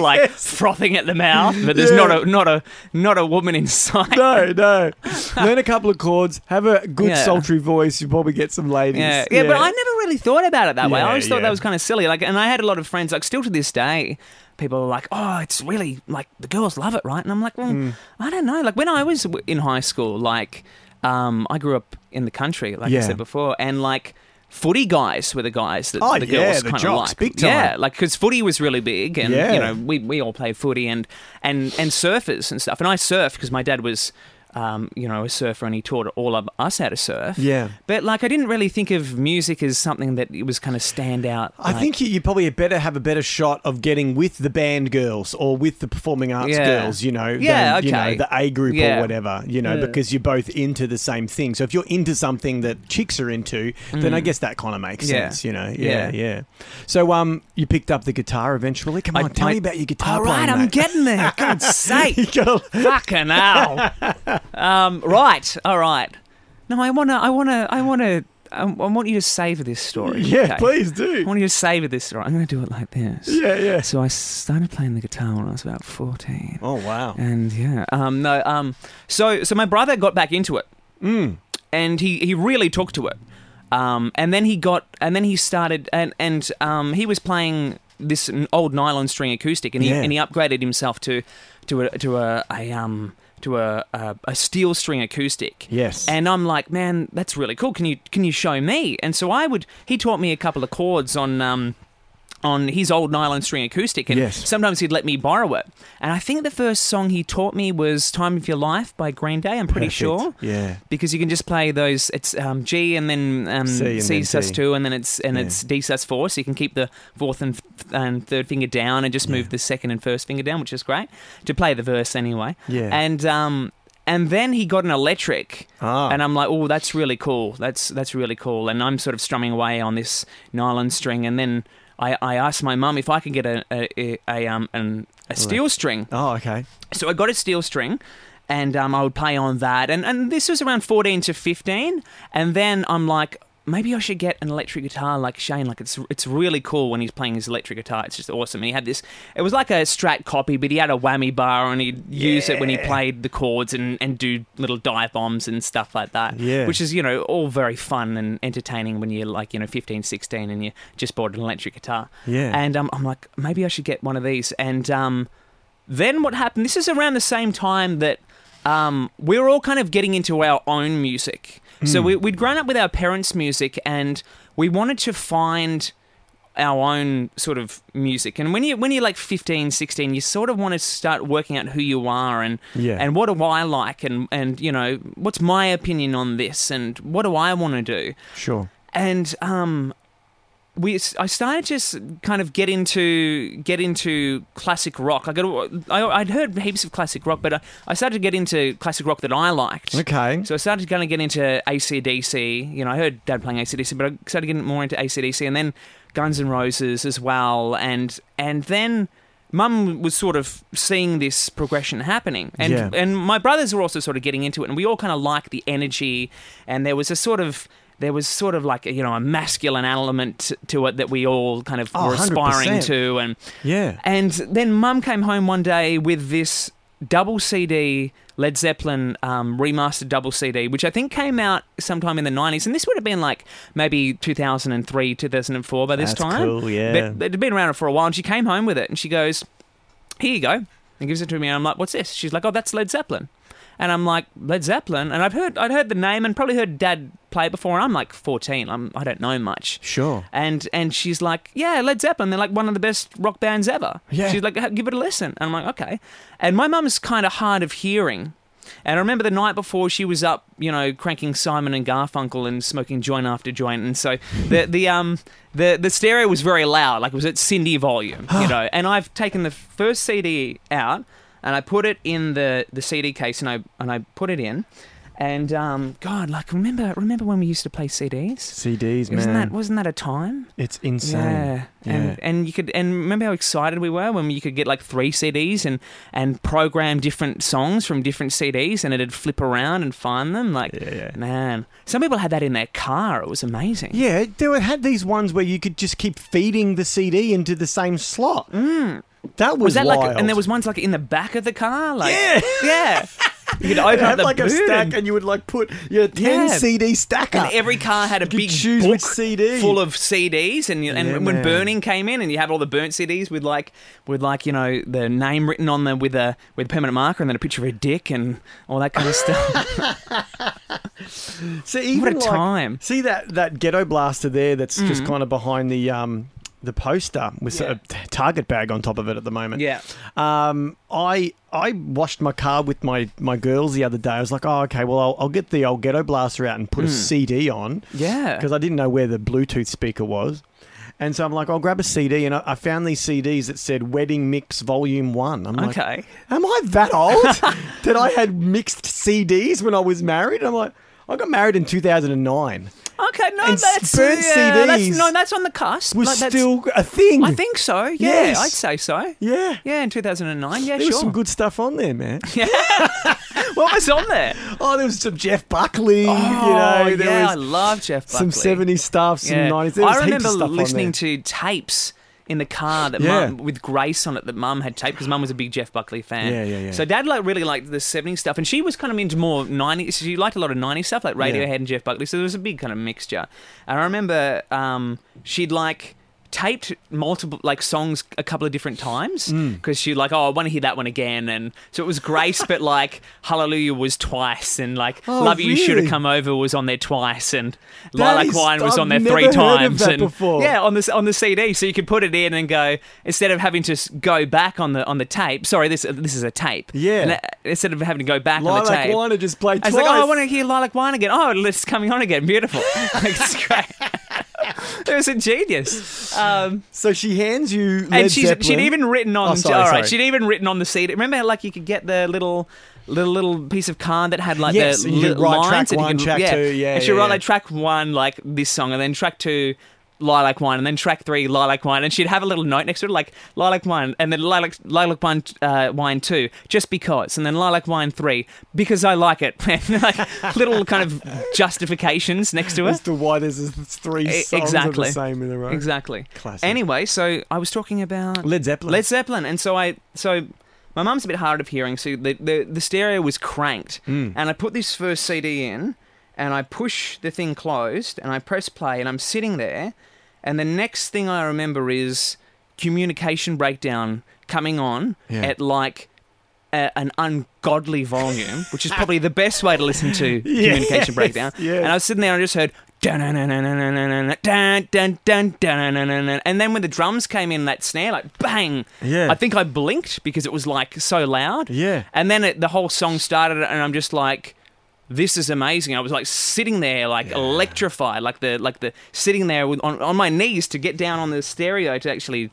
like frothing at the mouth, but there's
Yeah.
not a not a not a woman in sight.
no, no. Learn a couple of chords, have a good
Yeah.
sultry voice, you probably get some ladies.
Yeah. yeah, but I never really thought about it that way. I
Yeah,
always thought
yeah.
that was kind of silly. Like, and I had a lot of friends. Like, still to this day, people are like, "Oh, it's really like the girls love it, right?" And I'm like, "Well,
Mm.
I don't know." Like when I was w- in high school, like um, I grew up in the country, like
Yeah.
I said before, and like. Footy guys were the guys that
Oh,
the
yeah,
girls
the
kind of
jocks,
liked.
big time.
Yeah, like because footy was really big, and
Yeah.
you know we, we all played footy and and and surfers and stuff. And I surfed because my dad was, um, you know, a surfer and he taught all of us how to surf.
Yeah.
But like, I didn't really think of music as something that it was kind of stand out.
I
like-
think you, you probably better have a better shot of getting with the band girls or with the performing arts
Yeah.
girls, you know,
Yeah,
than, you know,
okay.
the A group
Yeah.
or whatever, you know, because you're both into the same thing. So if you're into something that chicks are into,
hmm.
then I guess that kind of makes
Mm. Yeah.
sense, you know. Yeah, yeah,
Yeah.
So um, you picked up the guitar eventually. Come
I-
on, tell
I-
me about your guitar
All right,
playing,
I'm
mate.
getting there. God's
You
sake!
gotta-
Fucking hell! Um, right, all right. No, I wanna, I wanna, I wanna, um, I, I want you to savor this story.
yeah,
okay?
please
I
do.
want you to savor this story. I'm gonna do it like this.
Yeah, yeah.
So I started playing the guitar when I was about 14.
Oh wow.
And yeah, um, no, um, so so my brother got back into it,
Mm,
and he he really took to it, um, and then he got and then he started and and um, he was playing this n- old nylon string acoustic, and he
Yeah.
and he upgraded himself to to a to a, a um to a, a a steel string acoustic.
Yes.
And I'm like, man, that's really cool. Can you can you show me? And so I would. He taught me a couple of chords on. Um, on his old nylon string acoustic, and
Yes.
sometimes he'd let me borrow it. And I think the first song he taught me was "Time of Your Life" by Green Day. I'm pretty
Perfect.
sure
Yeah.
because you can just play those. It's um, G and then um,
C and
C
then
sus
D.
two, and then it's and it's D sus four. So you can keep the fourth and, th- and third finger down, and just move the second and first finger down, which is great to play the verse anyway.
Yeah.
and um, and then he got an electric.
Ah.
And I'm like, oh, that's really cool. That's that's really cool. And I'm sort of strumming away on this nylon string, and then I, I asked my mum if I could get a a, a, um an, a steel string.
Oh okay.
So I got a steel string and um, I would play on that. And, and this was around 14 to 15. And then I'm like, maybe I should get an electric guitar like Shane. Like, it's, it's really cool when he's playing his electric guitar. It's just awesome. And he had this, it was like a Strat copy, but he had a whammy bar and he'd use it when he played the chords and, and do little dive bombs and stuff like that.
Yeah.
Which is, you know, all very fun and entertaining when you're like, you know, 15, 16 and you just bought an electric guitar.
Yeah.
And um, I'm like, maybe I should get one of these. And um, then what happened? This is around the same time that um, we were all kind of getting into our own music. So we, we'd grown up with our parents' music, and we wanted to find our own sort of music. And when you when you're like 15, 16, you sort of want to start working out who you are and
Yeah.
and what do I like and and you know what's my opinion on this and what do I want to do
Sure.
and um we I started just kind of get into get into classic rock. I got I, I'd heard heaps of classic rock, but I, I started to get into classic rock that I liked.
Okay.
So I started to kind of get into ACDC. You know, I heard Dad playing ACDC, but I started getting more into ACDC, and then Guns N' Roses as well, and and then Mum was sort of seeing this progression happening, and
Yeah.
and my brothers were also sort of getting into it, and we all kind of liked the energy, and there was a sort of there was sort of like a, you know a masculine element to it that we all kind of
Oh,
were aspiring
100%.
to, and
Yeah.
and then mum came home one day with this double CD Led Zeppelin um, remastered double CD, which I think came out sometime in the 90s. And this would have been like maybe 2003, 2004 by this
That's
time.
cool, yeah.
But it had been around for a while. And she came home with it and she goes, Here you go. And gives it to me. And I'm like, What's this? She's like, Oh, that's Led Zeppelin. And I'm like Led Zeppelin, and I've heard I'd heard the name and probably heard Dad play it before. And I'm like 14, I'm I don't know much.
Sure.
And and she's like, yeah, Led Zeppelin. They're like one of the best rock bands ever.
Yeah.
She's like, "Ha- give it a listen. And I'm like, okay. And my mum's kind of hard of hearing. And I remember the night before she was up, you know, cranking Simon and Garfunkel and smoking joint after joint, and so the the um the the stereo was very loud, like it was at Cindy volume, you know. And I've taken the first CD out and I put it in the the CD case and I and I put it in, and um, God, like remember remember when we used to play CDs?
CDs,
Wasn't
man.
that wasn't that a time?
it's insane.
Yeah.
Yeah.
And and you could and remember how excited we were when you could get like three CDs and and program different songs from different CDs and it'd flip around and find them like
yeah.
man. Some people had that in their car. It was amazing.
Yeah, they were- had these ones where you could just keep feeding the CD into the same slot. That was,
Mm. Was that
wild.
like and there was ones like in the back of the car like
Yeah.
yeah. You could open up
have
the
like a
boot
stack,
and-
and you would like put your ten
Yeah.
CD stack
and
up.
every car had a
could
big
choose
book
which CD.
full of CDs, and you- and
Yeah,
when
man.
burning came in, and you have all the burnt CDs with like with like you know the name written on them with a with permanent marker, and then a picture of a dick and all that kind of stuff.
So even
What a
like-
time. Mm.
See that that ghetto blaster there? That's just kind of behind the um the poster with
Yeah.
a t- target bag on top of it at the moment.
yeah,
Um, I I washed my car with my my girls the other day. I was like, oh okay, well I'll, I'll get the old ghetto blaster out and put a CD on
yeah.
because I didn't know where the Bluetooth speaker was. And so I'm like, I'll grab a CD, and I, I found these CDs that said "Wedding Mix Volume One." I'm like,
Okay.
am I that old that I had mixed CDs when I was married? I'm like, I got married in 2009.
Okay, no,
And
that's
burnt
yeah,
CDs
That's, no, that's on the cusp.
Was
Like, that's-
still a thing.
I think so. Yeah,
Yes.
I'd say so.
yeah.
Yeah, in 2009. Yeah,
There
sure.
was some good stuff on there, man.
what was on there?
Oh, there was some Jeff Buckley.
Oh,
you know, there
yeah, I
was
love Jeff Buckley.
some 70s stuff, some 90s. There was
I
heaps
remember
of stuff on
listening
there.
to tapes in the car that
Yeah.
mum with Grace on it that mum had taped because mum was a big Jeff Buckley fan.
Yeah, yeah, yeah.
So dad like really liked the 70s stuff and she was kind of into more 90s. She liked a lot of 90s stuff like Radiohead and Jeff Buckley. So there was a big kind of mixture. And I remember um, she'd like taped multiple like songs a couple of different times
Mm.
because she like oh I want to hear that one again and so it was Grace but like Hallelujah was twice and like
Oh,
Love You Should
really?
Have Come Over was on there twice and Lilac
is-
Wine was
I've
on there
never
three
heard of
times,
that
and
before.
yeah, on this on the CD, so you could put it in and go instead of having to s- go back on the on the tape. Sorry, this this is a tape.
Yeah.
And that- instead of having to go back on the
Lilac
tape,
Wine had just played
I was like, oh, I
twice."
want to hear Lilac Wine again. Oh, it's coming on again. Beautiful. like, it's great. It was ingenious, um,
So she hands you Led
and she's, she'd
Zeppelin.
even written on.
Oh, sorry,
all right,
sorry.
she'd even written on the CD. Remember, how, like you could get the little. Little little piece of card that had like
Yes,
the
and you
li-
could write track
lines and you
one,
could-
track
yeah.
two, yeah,
and she
yeah,
write
yeah.
like track one like this song and then track two lilac wine and then track three lilac wine and she'd have a little note next to it like lilac wine and then lilac lilac wine uh, wine two just because and then lilac wine three because i like it And, like little kind of justifications next to
as
it
to why there's this three
E-
songs of
exactly.
the same in a row.
exactly
Classic.
anyway so i was talking about
Led Zeppelin.
Led Zeppelin. And so I, so my mum's a bit hard of hearing, so the the, the stereo was cranked,
Hmm.
and I put this first CD in, and I push the thing closed, and I press play, and I'm sitting there, and the next thing I remember is communication breakdown coming on
Yeah.
at like. A, an ungodly volume, which is probably the best way to listen to communication breakdown.
yes.
And I was sitting there and I just heard dun dun dun dun dun dun dun dun dun dun dun dun dun and then when the drums came in that snare like bang
Yeah.
I think I blinked because it was like so loud
Yeah.
and then it, the whole song started and I'm just like this is amazing I was like sitting there like electrified like the like the sitting there with, on, on my knees to get down on the stereo to actually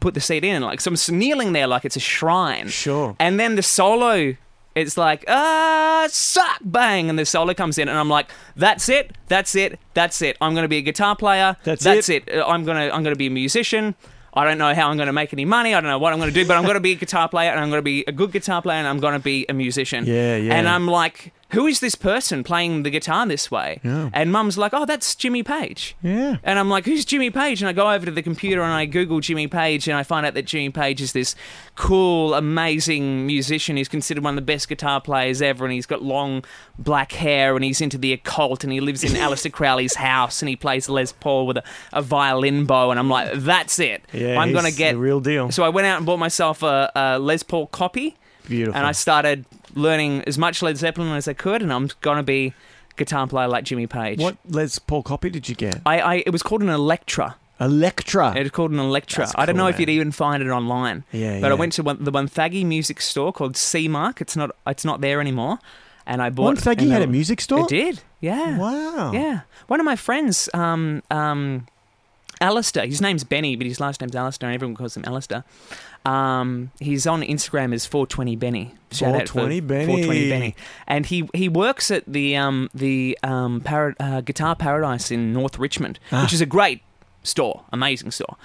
put the seat in like so I'm s- kneeling there like it's a shrine
Sure.
and then the solo, it's like, ah, suck, bang. And the solo comes in, and I'm like, that's it, that's it, that's it. I'm going to be a guitar player.
That's
it. Uh, I'm going to I'm gonna be a musician. I don't know how I'm going to make any money. I don't know what I'm going to do, but I'm going to be a guitar player, and I'm going to be a good guitar player, and I'm going to be a musician.
Yeah, yeah.
And I'm like, who is this person playing the guitar this way?
Yeah.
And mum's like, oh, that's Jimmy Page.
Yeah.
And I'm like, who's Jimmy Page? And I go over to the computer and I Google Jimmy Page and I find out that Jimmy Page is this cool, amazing musician. He's considered one of the best guitar players ever and he's got long black hair and he's into the occult and he lives in Aleister Crowley's house and he plays Les Paul with a, a violin bow. And I'm like, that's it.
Yeah,
I'm
he's
gonna get
the real deal.
So I went out and bought myself a, a Les Paul copy
Beautiful.
and I started learning as much Led Zeppelin as I could and I'm going to be a guitar player like Jimmy Page.
what Les Paul copy did you get?
I, I, it was called an Electra.
Electra.
It's called an Electra.
That's
I don't
cool,
know if you'd
man.
even find it online.
Yeah,
But I
yeah.
went to one, the Wonthaggi music store called C Mark. It's not. It's not there anymore. And I bought.
Wonthaggi
and
had
I-
a music store?
It did. Yeah.
Wow.
Yeah. One of my friends, um, um, Alistair, his name's Benny, but his last name's Alistair, and everyone calls him Alistair. Um, he's on Instagram as 420 Benny. Shout out for
420 Benny.
420 Benny. And he, he works at the um, the um, para- uh, Guitar Paradise in North Richmond,
Ah.
which is a great store, amazing store.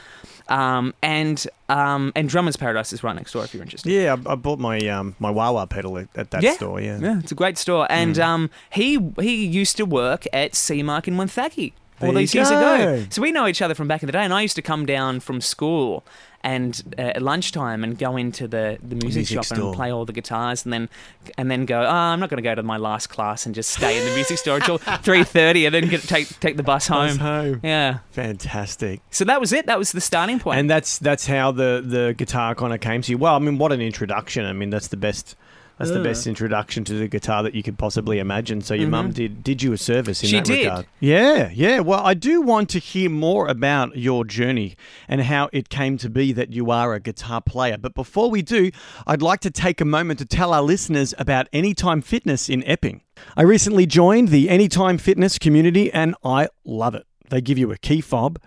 Um, and um, and Drummers Paradise is right next door if you're interested.
Yeah, I, I bought my um, my Wah Wah pedal at, at that
Yeah.
store. Yeah. Hmm.
Yeah, it's a great store. And um, he he used to work at Seamark in Wonthaggi. all
There you
these years ago.
go.
So we know each other from back in the day. And I used to come down from school and uh, at lunchtime and go into the, the music,
Music
shop
store.
and play all the guitars and then and then go. Oh, I'm not going to go to my last class and just stay in the music store until three thirty and then get, take take the bus home.
Bus home.
Yeah.
Fantastic.
So that was it. That was the starting point.
And that's that's how the the guitar kind of came to you. Well, I mean, what an introduction! I mean, that's the best. That's the best introduction to the guitar that you could possibly imagine. So your mum did did you a service in
Mm-hmm. She
that
did.
regard. Yeah, yeah. Well, I do want to hear more about your journey and how it came to be that you are a guitar player. But before we do, I'd like to take a moment to tell our listeners about Anytime Fitness in Epping. I recently joined the Anytime Fitness community and I love it. They give you a key fob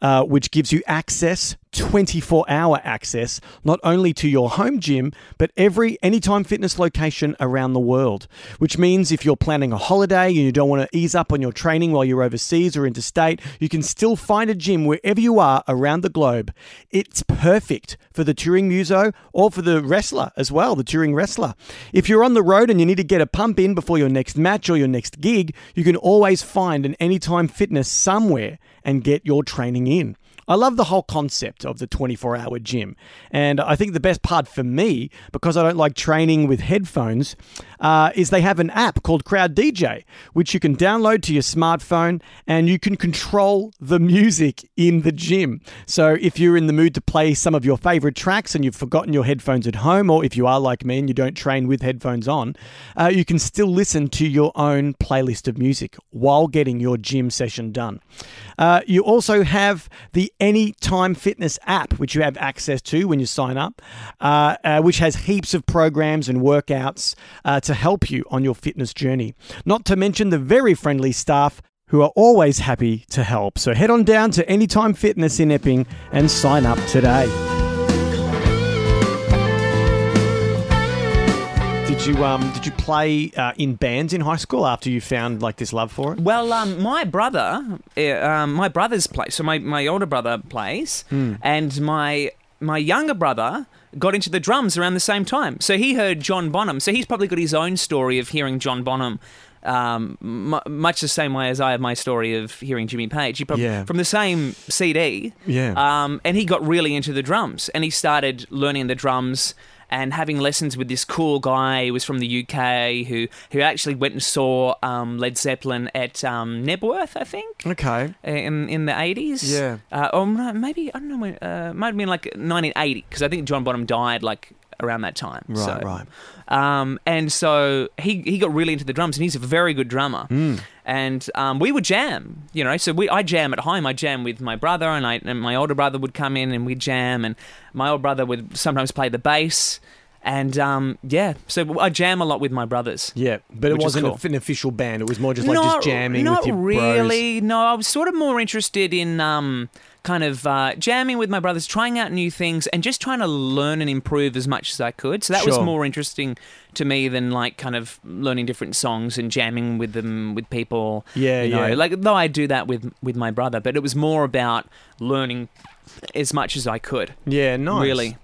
uh, which gives you access 24 hour access not only to your home gym but every anytime fitness location around the world which means if you're planning a holiday and you don't want to ease up on your training while you're overseas or interstate you can still find a gym wherever you are around the globe it's perfect for the touring muso or for the wrestler as well the touring wrestler if you're on the road and you need to get a pump in before your next match or your next gig you can always find an anytime fitness somewhere and get your training in. I love the whole concept of the 24 hour gym. And I think the best part for me, because I don't like training with headphones, uh, is they have an app called Crowd DJ, which you can download to your smartphone and you can control the music in the gym. So if you're in the mood to play some of your favorite tracks and you've forgotten your headphones at home, or if you are like me and you don't train with headphones on, uh, you can still listen to your own playlist of music while getting your gym session done. Uh, you also have the Anytime Fitness app, which you have access to when you sign up, uh, uh, which has heaps of programs and workouts uh, to help you on your fitness journey. Not to mention the very friendly staff who are always happy to help. So head on down to Anytime Fitness in Epping and sign up today. Did you um did you play uh, in bands in high school after you found like this love for it?
Well, um, my brother, uh, um, my brother's place. So my, my older brother plays, and my my younger brother got into the drums around the same time. So he heard John Bonham. So he's probably got his own story of hearing John Bonham. Um, mu much the same way as I have my story of hearing Jimmy Page. He probably,
Yeah.
From the same CD.
Yeah.
Um, and he got really into the drums and he started learning the drums and having lessons with this cool guy who was from the UK who, who actually went and saw um, Led Zeppelin at um, Nebworth, I think.
Okay.
uh, In, in the 80s?
Yeah.
Uh, or no, maybe, I don't know, when, uh, might have been like 1980, because I think John Bonham died like around that time.
Right,
so.
right.
Um, and so he, he got really into the drums, and he's a very good drummer.
Hmm.
And um, we would jam, you know. So we I jam at home. I jam with my brother, and I and my older brother would come in, and we'd jam. And my older brother would sometimes play the bass. And um, yeah, so I jam a lot with my brothers.
Yeah, but
Which
it
is
wasn't
cool.
an official band. It was more just like
not,
just jamming
not
with your bros.
really. No, I was sort of more interested in um, kind of uh, jamming with my brothers, trying out new things, and just trying to learn and improve as much as I could. So that was
Sure.
more interesting to me than like kind of learning different songs and jamming with them with people.
Yeah,
you know,
yeah.
Like though I do that with with my brother, but it was more about learning as much as I could.
Yeah, nice.
Really.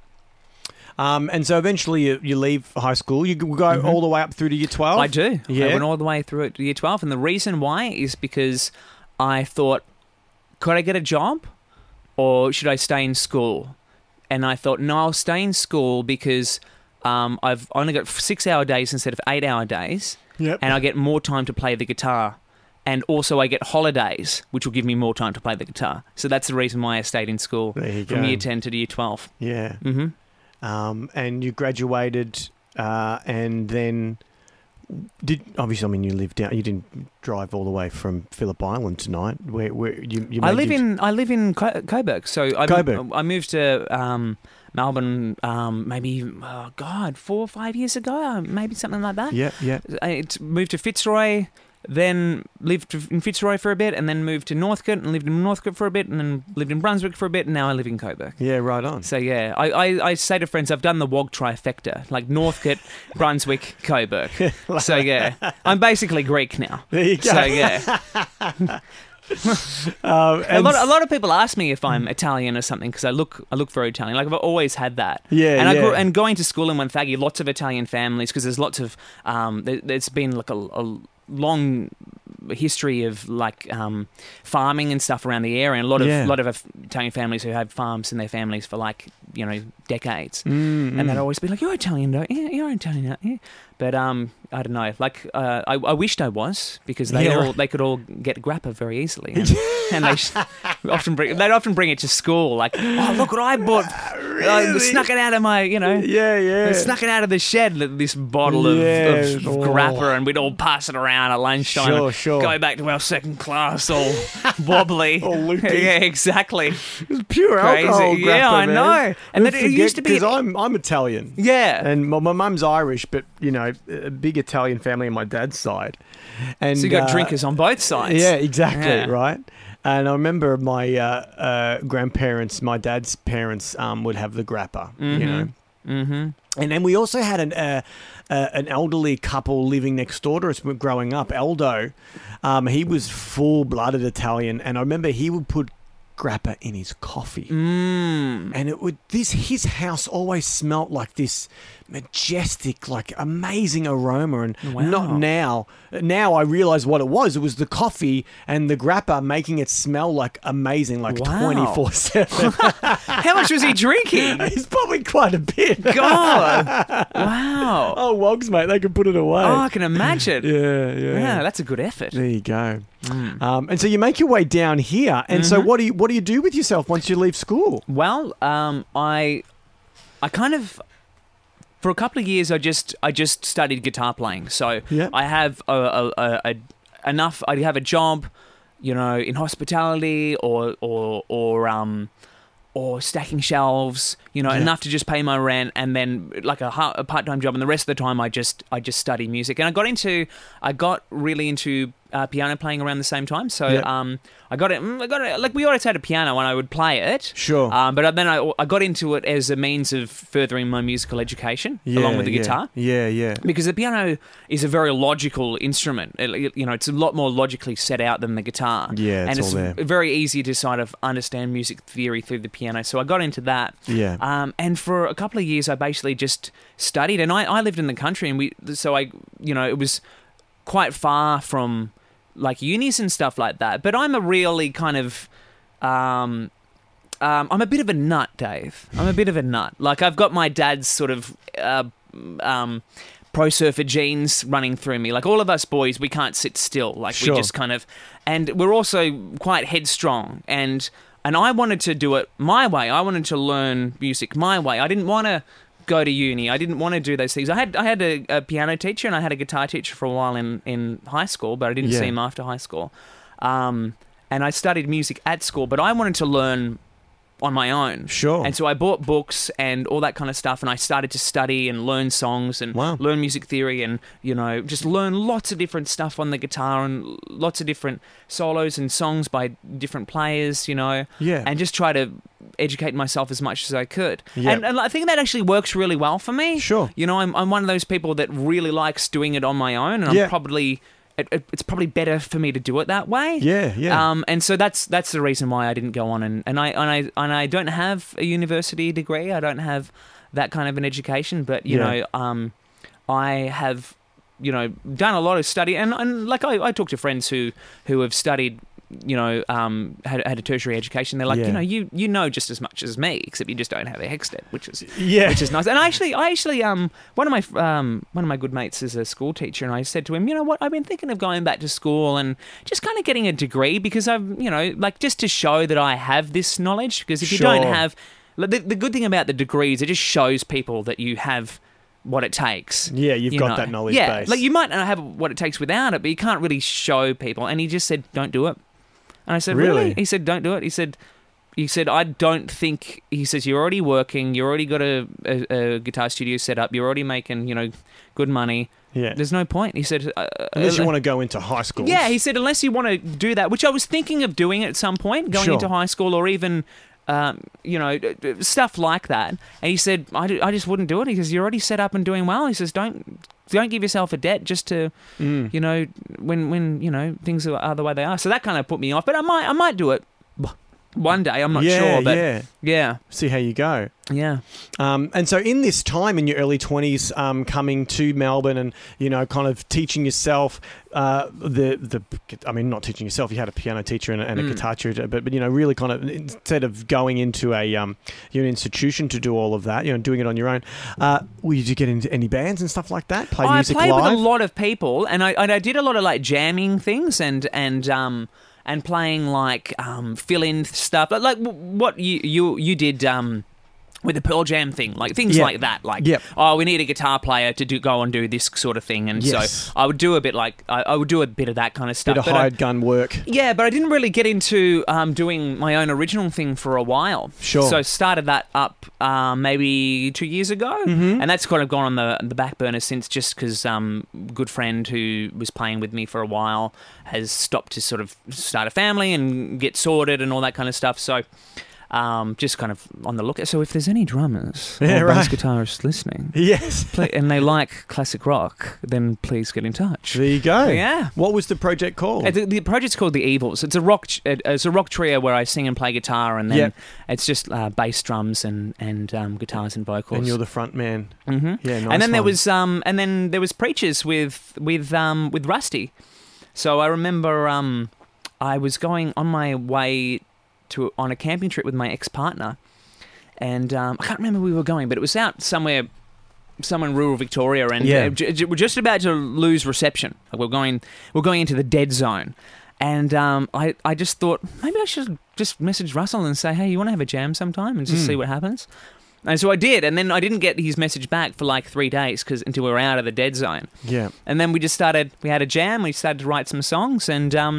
Um, and so eventually you, you leave high school. You go all the way up through to year twelve.
Mm-hmm. I do.
Oh, Yeah.
I went all the way through it to year 12. And the reason why is because I thought, could I get a job or should I stay in school? And I thought, no, I'll stay in school because um, I've only got six hour days instead of eight hour days.
Yep.
And I get more time to play the guitar. And also, I get holidays, which will give me more time to play the guitar. So that's the reason why I stayed in school
There you
from
go.
year 10 to year 12.
Yeah.
hmm
Um, and you graduated, uh, and then did obviously. I mean, you lived down. You didn't drive all the way from Phillip Island tonight. Where, where you? you
I
made
live
your-
in I live in Co- Coburg, so I,
Coburg.
I moved to um, Melbourne um, maybe oh God four or five years ago, uh, maybe something like that.
Yeah, yeah.
I it- moved to Fitzroy, then lived in Fitzroy for a bit, and then moved to Northcote and lived in Northcote for a bit, and then lived in Brunswick for a bit, and now I live in Coburg.
Yeah, right on.
So yeah, I, I, I say to friends, I've done the WOG trifecta, like Northcote, Brunswick, Coburg. So yeah, I'm basically Greek now.
There you go.
So yeah.
um,
A
and Mm.
lot, a lot of people ask me if I'm Italian or something because I look I look very Italian. Like I've always had that.
Yeah,
and I
yeah.
grew, and going to school in Wonthaggi, lots of Italian families because there's lots of um. There, there's been like a, a long history of like um, farming and stuff around the area, and a lot of
Yeah.
lot of Af- Italian families who have farms in their families for like you know decades,
Mm,
and they'd always be like, "You're Italian, don't you? Yeah, you're Italian, aren't you?" But um, I don't know. Like uh, I, I wished I was because they
Yeah,
all
right.
they could all get grappa very easily, and, and they sh- often bring they'd often bring it to school. Like, oh look what I bought! I snuck it out of my you know.
Yeah, yeah.
They snuck it out of the shed, th- this bottle of,
Yes.
of grappa, and we'd all pass it around at lunchtime.
Sure,
and
sure.
Go back to our second class, all wobbly.
All loopy.
Yeah, exactly.
pure
Crazy.
alcohol.
Yeah,
grappa,
I
man.
know. And that it used to be-
because I'm I'm Italian.
Yeah.
and my, my mum's Irish, but you know, a big Italian family on my dad's side. And
so you got
uh,
drinkers on both sides.
Yeah, exactly.
Yeah.
Right. And I remember my uh, uh, grandparents, my dad's parents, um, would have the grappa. You know.
Mm-hmm.
And then we also had an uh, uh, an elderly couple living next door to us when growing up. Eldo, um, he was full blooded Italian, and I remember he would put grappa in his coffee,
Mm.
and it would this his house always smelt like this majestic, like amazing aroma. And
Wow.
not now. Now I realize what it was. It was the coffee and the grappa making it smell like amazing, like
Wow.
twenty four seven.
How much was he drinking?
It's probably quite a bit.
God. Wow.
Oh, wogs, mate, they can put it away.
Oh, I can imagine.
Yeah, yeah.
Yeah, that's a good effort. Mm.
there you go. Um, and so you make your way down here. And so
Mm-hmm.
what do you what do you do with yourself once you leave school?
Well, um, I, I kind of, for a couple of years, I just I just studied guitar playing. So
Yeah.
I have a, a, a, a enough. I have a job, you know, in hospitality or or or um. Or stacking shelves, you know,
Yeah.
enough to just pay my rent, and then like a, ha- a part-time job, and the rest of the time I just I just study music. And I got into I got really into uh, piano playing around the same time. So
Yeah.
um, I got it. mm, I got it. Like we always had a piano, and I would play it.
Sure.
Um, but then I, I got into it as a means of furthering my musical education along with the guitar.
Yeah, yeah.
Because the piano is a very logical instrument. It- you know, it's a lot more logically set out than the guitar.
Yeah, it's
and
all there.
very easy to sort of understand music theory through the piano. So I got into that.
Yeah.
Um, and for a couple of years, I basically just studied, and I, I lived in the country, and we so I you know it was quite far from like unis and stuff like that. But I'm a really kind of um, um, I'm a bit of a nut, Dave. I'm a bit of a nut. Like I've got my dad's sort of uh, um, pro surfer genes running through me. Like all of us boys, we can't sit still. Like
Sure.
we just kind of, and we're also quite headstrong. And and I wanted to do it my way. I wanted to learn music my way. I didn't want to go to uni. I didn't want to do those things. I had I had a, a piano teacher and I had a guitar teacher for a while in in high school, but I didn't
Yeah.
see him after high school. Um, and I studied music at school, but I wanted to learn on my own.
Sure.
And so I bought books and all that kind of stuff, and I started to study and learn songs and
Wow.
learn music theory and you know just learn lots of different stuff on the guitar and lots of different solos and songs by different players. You know.
Yeah.
And just try to educate myself as much as I could.
Yeah.
And, and I think that actually works really well for me.
Sure.
You know, I'm I'm one of those people that really likes doing it on my own, and
Yeah.
I'm probably. It, it- it's probably better for me to do it that way.
Yeah, yeah.
Um, and so that's that's the reason why I didn't go on, and, and I and I and I don't have a university degree. I don't have that kind of an education, but you
Yeah.
know, um, I have you know done a lot of study, and, and like I, I talk to friends who who have studied. You know, um, had, had a tertiary education. They're like,
Yeah.
you know, you you know just as much as me, except you just don't have a Hexted, which is
yeah.
which is nice. And I actually, I actually, um, one of my um, one of my good mates is a school teacher, and I said to him, you know what, I've been thinking of going back to school and just kind of getting a degree because I've, you know, like just to show that I have this knowledge. Because if you don't
Sure.
have, like, the, the good thing about the degrees, it just shows people that you have what it takes.
yeah, you've
you
got
know.
that knowledge
yeah,
base.
like you might not have what it takes without it, but you can't really show people. And he just said, "Don't do it." And I said,
Really?
"Really?" He said, "Don't do it." He said, "He said I don't think." He says, "You're already working. You're already got a, a, a guitar studio set up. You're already making you know good money.
yeah.
There's no point." He said, uh, uh,
Unless you
uh,
want to go into high school.
yeah, he said unless you want to do that, which I was thinking of doing at some point, going
Sure.
into high school or even, um, you know, d- d- stuff like that. And he said, I, d- I just wouldn't do it. He says, you're already set up and doing well. He says, don't don't give yourself a debt just to,
Mm.
you know, when when you know things are, are the way they are. So that kind of put me off. But I might I might do it. One day, I'm not
yeah,
sure, but yeah,
yeah.
yeah,
See how you go.
yeah.
Um, and so, in this time in your early 20s, um, coming to Melbourne and, you know, kind of teaching yourself uh, the, the, I mean, not teaching yourself, you had a piano teacher and a, and a
Mm.
guitar teacher, but, but, you know, really kind of, instead of going into a, um, you know, institution to do all of that, you know, doing it on your own, uh, well, did you get into any bands and stuff like that? Play
I
music
played
live?
with a lot of people, and I and I did a lot of like jamming things and and um and playing like um fill in stuff like like w- what you you you did um. With the Pearl Jam thing, like things
Yeah.
like that, like
Yep.
oh, we need a guitar player to do go and do this sort of thing, and
Yes.
so I would do a bit like I, I would do a bit of that kind of stuff.
Bit of
but uh, I-
hired gun work.
Yeah, but I didn't really get into um, doing my own original thing for a while.
Sure.
So I started that up uh, maybe two years ago,
Mm-hmm.
and that's kind of gone on the the back burner since, just because um, good friend who was playing with me for a while has stopped to sort of start a family and get sorted and all that kind of stuff. So. Um, just kind of on the lookout. So if there's any drummers
Yeah,
or bass
right.
guitarists listening,
Yes.
play, and they like classic rock, then please get in touch.
There you go.
Yeah.
What was the project called?
Uh, The, the project's called The Evils. It's a rock. ch- uh, It's a rock trio where I sing and play guitar, and then
Yep.
it's just uh, bass drums and and um, guitars and vocals.
And you're the front man.
Mhm.
Yeah, nice
and then there
one.
was um and then there was preachers with with um with Rusty. So I remember um I was going on my way to on a camping trip with my ex partner, and um, I can't remember where we were going, but it was out somewhere. Somewhere in rural Victoria, and
Yeah.
uh, j- j- we're just about to lose reception. Like we're going, we're going into the dead zone, and um, I, I just thought maybe I should just message Russell and say, hey, you want to have a jam sometime and just
Mm.
see what happens. And so I did, and then I didn't get his message back for like three days because until we were out of the dead zone.
Yeah.
And then we just started, we had a jam, we started to write some songs, and um,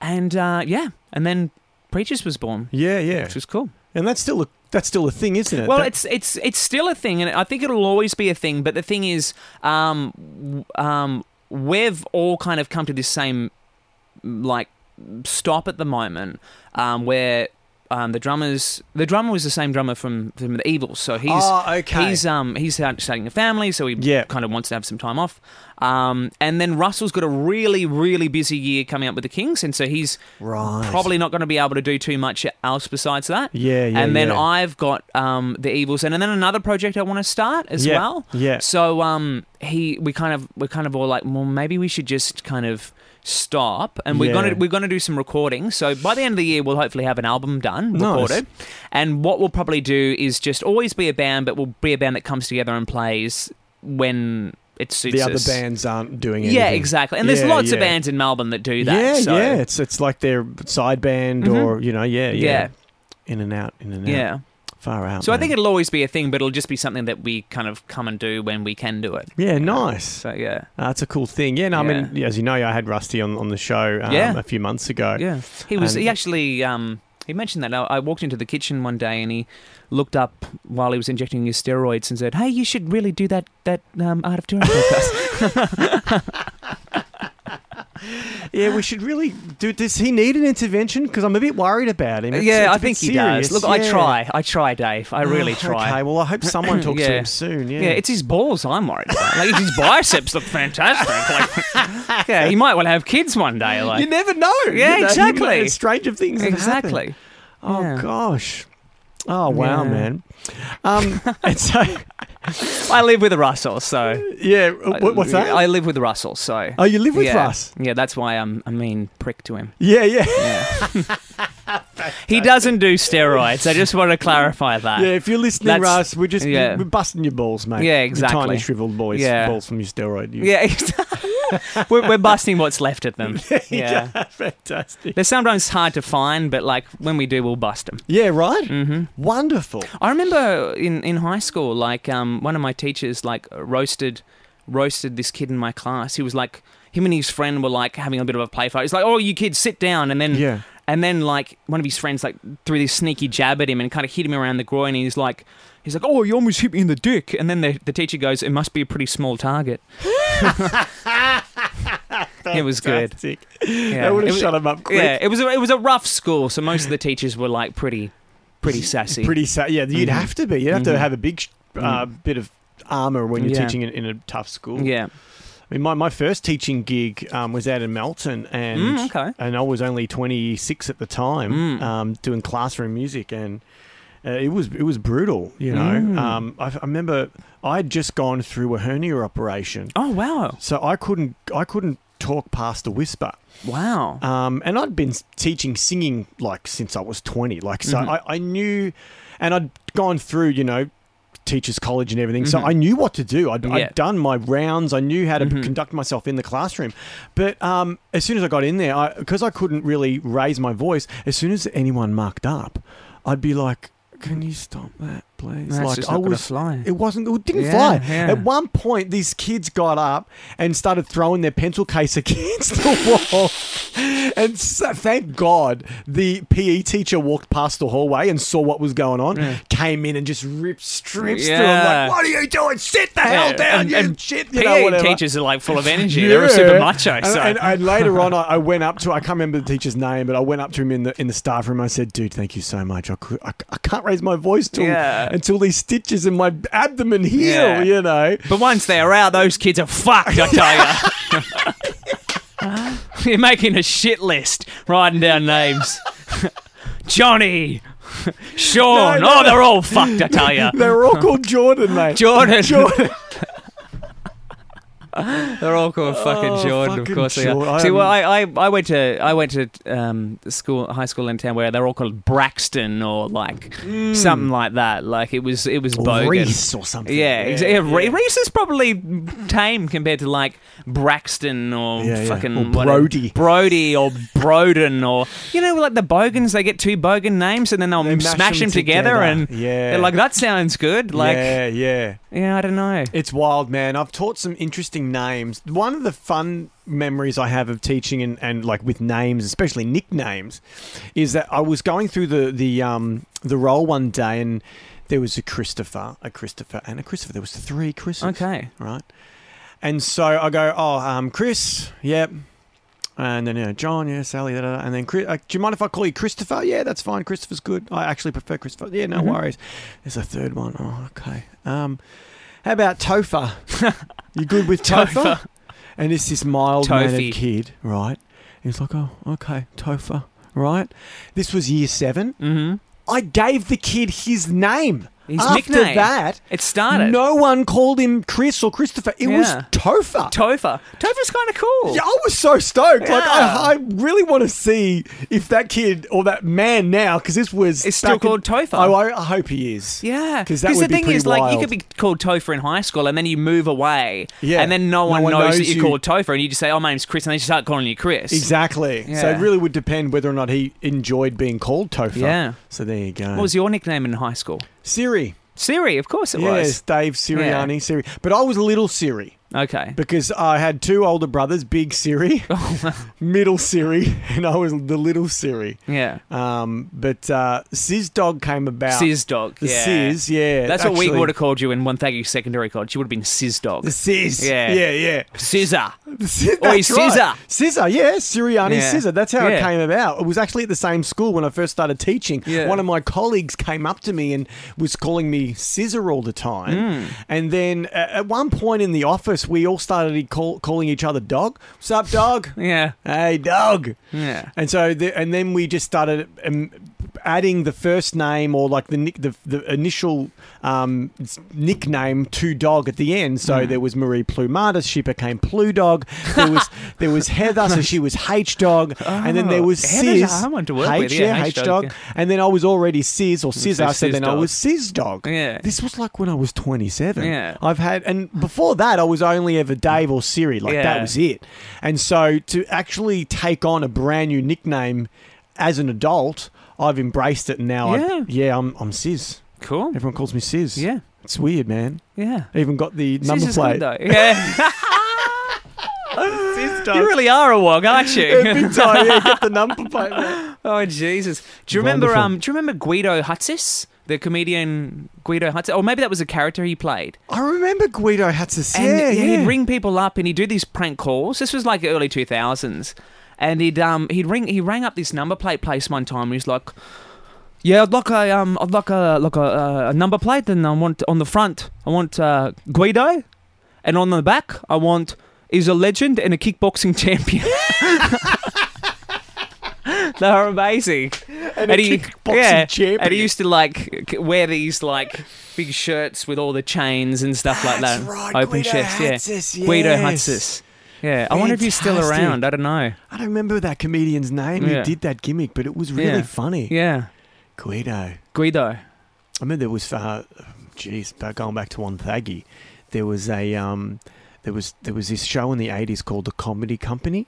and uh, yeah, and then Preachers was born,
Yeah, yeah.
which was cool.
And that's still a that's still a thing, isn't it?
Well,
That-
it's it's it's still a thing, and I think it'll always be a thing. But the thing is, um, w- um, we've all kind of come to this same like stop at the moment, um, where um, the drummers, the drummer was the same drummer from from the Evils, so he's
Ah, okay.
he's um he's start- starting a family, so he
Yeah.
kind of wants to have some time off. Um, and then Russell's got a really really busy year coming up with the Kings, and so he's
Right.
probably not going to be able to do too much else besides that.
Yeah, yeah.
and then
yeah.
I've got um, the evils, and then another project I want to start as
Yeah,
well.
Yeah.
So um, he, we kind of, we're kind of all like, well, maybe we should just kind of stop, and we're
Yeah.
gonna, we're gonna do some recording. So by the end of the year, we'll hopefully have an album done,
Nice.
recorded, and what we'll probably do is just always be a band, but we'll be a band that comes together and plays when it suits
The other
us.
bands aren't doing anything.
Yeah, exactly. And there's
Yeah,
lots of
yeah.
bands in Melbourne that do that.
yeah,
so,
yeah. It's it's like their side band
Mhm.
or you know, yeah, yeah,
Yeah.
In and out, in and out.
Yeah.
Far out.
So I
man.
think it'll always be a thing, but it'll just be something that we kind of come and do when we can do it.
Yeah, nice.
So yeah,
Uh, that's a cool thing. Yeah, no, I mean, as you know, I had Rusty on, on the show um,
Yeah.
a few months ago.
yeah. He was.
And-
he actually. Um, he mentioned that. I, I walked into the kitchen one day and he looked up while he was injecting his steroids and said, "Hey, you should really do that that um, art of touring podcast."
Yeah, we should really do. Does he need an intervention? Because I'm a bit worried about him. It's-
yeah,
it's
I
a bit
think he
serious.
does. Look, I
Yeah.
try. I try, Dave. I really
Oh,
try.
Okay, well, I hope someone talks to
Yeah.
him soon. Yeah,
Yeah. it's his balls I'm worried about. Like his biceps look fantastic. Like, yeah, he might want to have kids one day. Like,
you never know.
Yeah,
you know,
exactly.
It's strange of things. have happened.
exactly.
Oh
Yeah.
gosh. Oh wow,
Yeah.
man. Um, and so
I live with a Russell, so
yeah, what, what's that?
I live with Russell, so.
oh, you live with
yeah.
Russ?
Yeah, that's why I'm a mean prick to him.
Yeah, yeah,
He doesn't do steroids. I just want to clarify that.
yeah. If you're listening,
That's-
Russ, we're just
yeah.
we're busting your balls, mate.
Yeah,
Your tiny
exactly.
shriveled boys,
Yeah.
balls from your steroid. Use.
Yeah, ex- we're, we're busting what's left of them. Yeah.
fantastic.
They're sometimes hard to find, but like when we do, we'll bust them.
Yeah, right. Wonderful.
I remember in, in high school, like um, one of my teachers like roasted roasted this kid in my class. He was like him and his friend were like having a bit of a play fight. He's like, "Oh, you kids, sit down," and then
Yeah.
and then like one of his friends like threw this sneaky jab at him and kind of hit him around the groin. And he's like, he's like, "Oh, you almost hit me in the dick." And then the, the teacher goes, "It must be a pretty small target." it was good.
Fantastic.
Yeah.
That would
It
have
was-
shut him up quick.
Yeah, it was a, it was a rough school, so most of the teachers were like pretty pretty sassy.
Pretty sad. Yeah, you'd
Mhm.
have to be. You'd have to
Mhm.
have a big sh- uh, bit of armor when you're
Yeah.
teaching in, in a tough school.
yeah.
I mean, my, my first teaching gig um, was out in Melton, and
Mm, okay. Mm.
and I was only 26 at the time, um, doing classroom music, and uh, it was it was brutal. You know,
Mm.
um, I, I remember I had just gone through a hernia operation,
Oh wow,
so I couldn't I couldn't talk past a whisper.
wow.
Um, and I'd been s- teaching singing like since I was 20. Like, so
Mm-hmm.
I, I knew, and I'd gone through, you know, teachers' college and everything. So I knew what to do. I'd,
Mm-hmm. Yeah. Mm-hmm.
I'd done my rounds. I knew how to conduct myself in the classroom. But um, as soon as I got in there, because I, couldn't really raise my voice, as soon as anyone marked up, I'd be like, can you stop that, please?
That's
like
just not gonna fly.
It wasn't. It didn't
Yeah,
fly.
yeah.
At one point, these kids got up and started throwing their pencil case against the wall. And so, thank God the PE teacher walked past the hallway and saw what was going on, came in and just ripped strips through.
Yeah.
them like, what are you doing? Sit the hell
Yeah,
down,
and-
you
and
shit. You
PE
know, whatever.
E teachers are like full of energy. They're a super
Yeah.
macho.
And,
So.
and, and later on, I, I went up to I can't remember the teacher's name, but I went up to him in the in the staff room. I said, "Dude, thank you so much. I, cou- I, I can't raise my voice till
Yeah.
until these stitches in my abdomen heal."
Yeah.
You know.
but once they're out, those kids are fucked. I tell you. You're making a shit list, writing down names. Johnny, Sean.
No, no,
oh, they're all fucked. I tell you.
They were all called Jordan, mate.
Jordan.
Jordan.
They're all called fucking
Oh,
Jordan,
fucking
of course they
Jordan.
are.
I
See,
am-
well, I, I, I went to I went to um, school, high school in town where they're all called Braxton or like something like that. Like it was it was bogus.
Reese or something.
Yeah,
Yeah,
exa- yeah, Re- Reese is probably tame compared to like Braxton or
Yeah, yeah.
fucking
Or
what-
Brody.
Brody or Broden or you know like the Bogans. They get two Bogan names and then they'll
They mash
smash them,
them
together,
together.
and
Yeah.
they're like that sounds good. Like yeah,
yeah, yeah.
I don't know.
It's wild, man. I've taught some interesting names. One of the fun memories I have of teaching and, and like with names, especially nicknames, is that I was going through the the um the role one day and there was a Christopher, a Christopher, and a Christopher. There was three Chris's.
Okay.
Right. And so I go, oh, um, Chris, yep. And then, you know, John, yeah, Sally, da, da, da. and then, Chris, uh, do you mind if I call you Christopher? Yeah, that's fine. Christopher's good. I actually prefer Christopher. Yeah,
Mm-hmm.
no worries. There's a third one. Oh, okay. Um, how about Topher? you good with Topher? and it's this mild
Tophy.
mannered kid, right? He's like, oh, okay, Topher, right? This was year seven.
Mm-hmm.
I gave the kid his name.
His
After
nickname.
that,
It started.
no one called him Chris or Christopher. It was
Yeah.
Topher.
Topher. Topher's kind of cool.
yeah, I was so stoked. Like, I, I
Yeah.
really want to see if that kid or that man now, because this was.
It's still
back in-
called Topher.
Oh, I, I hope he is.
Yeah,
'Cause that
the
would be
thing
pretty
is, like, you
wild.
could be called Topher in high school, and then you move away,
Yeah.
and then no
No
one,
one
knows, that
knows
you're
you.
called Topher, and you just say, "Oh, my name's Chris," and they just start calling you Chris.
Exactly. So
Yeah.
it really would depend whether or not he enjoyed being called Topher.
Yeah.
So there you go.
What was your nickname in high school?
Siri.
Siri, of course it
Yes, Dave Siriani, Siri. But I was little Siri.
was. Okay.
Because I had two older brothers, big Siri,
Oh,
middle Siri, and I was the little Siri.
Yeah.
Um, but uh, Sizz Dog came about.
Sizz dog.
The
yeah.
Sizz, yeah.
That's what we
actually-
would have called you in one Wonthaggi Secondary College. You would have been Sizz dog.
The Sizz.
Yeah.
Yeah, yeah, yeah.
Scissor.
The Sizz,
Oi,
that's right.
Scissor.
Scissor, yeah. Siriani
Yeah.
Scissor. That's how it
Yeah.
came about. It was actually at the same school when I first started teaching.
Yeah.
One of my colleagues came up to me and was calling me Scissor all the time.
Hmm.
And then uh, at one point in the office, we all started call- calling each other Dog. What's up, Dog?
Yeah.
hey, Dog.
Yeah.
And so, the, and then we just started um, adding the first name or like the nick, the, the initial um, s- nickname to dog at the end. So
Mm.
there was Marie Plumata, she became Plu Dog. There was there was Heather, so she was H Dog, and then there was
Oh, Heather's a
Sizz,
hard one to work
H,
with, yeah, H
H
dog,
Dog,
yeah.
and then I was already Sizz or Scissor, so
Sizz
then I
Dog.
was Sizz Dog.
Yeah.
This was like when I was twenty seven.
Yeah.
I've had, and before that, I was only ever Dave or Siri. Like
Yeah.
that was it. And so to actually take on a brand new nickname as an adult, I've embraced it now.
Yeah.
I, yeah, I'm, I'm Sizz.
Cool.
Everyone calls me Sizz.
Yeah.
It's weird, man.
Yeah.
I even got the number
Sizz is
plate.
good though. Yeah. you really are a wog, aren't you?
Yeah, big time. Yeah, get the number plate. man.
Oh Jesus! Do you remember?
Wonderful.
Um, do you remember Guido Hutzis, the comedian Guido Hutzis? Or maybe that was a character he played.
I remember Guido Hatzis.
And
yeah, yeah.
he'd ring people up and he'd do these prank calls. This was like early two thousands, and he'd um he'd ring he rang up this number plate place one time. He's like, "Yeah, I'd like a um I'd like a like a, uh, a number plate, and I want on the front I want uh, Guido, and on the back I want is a legend and a kickboxing champion. they were amazing. And,
a kickboxing
And he
champion.
used to like k- wear these like big shirts with all the chains and stuff like
That's
that.
right,
Open
Guido
chefs, yeah.
Hatzis,
Guido
yes.
Hudsis. Yeah, I wonder if he's still
Fantastic.
around. I don't know.
I don't remember that comedian's name
Yeah.
who did that gimmick, but it was really
Yeah.
funny.
Yeah,
Guido. I
Guido.
remember there was, uh, geez, but going back to one Thaggy, there was a, um, there was there was this show in the eighties called the Comedy Company,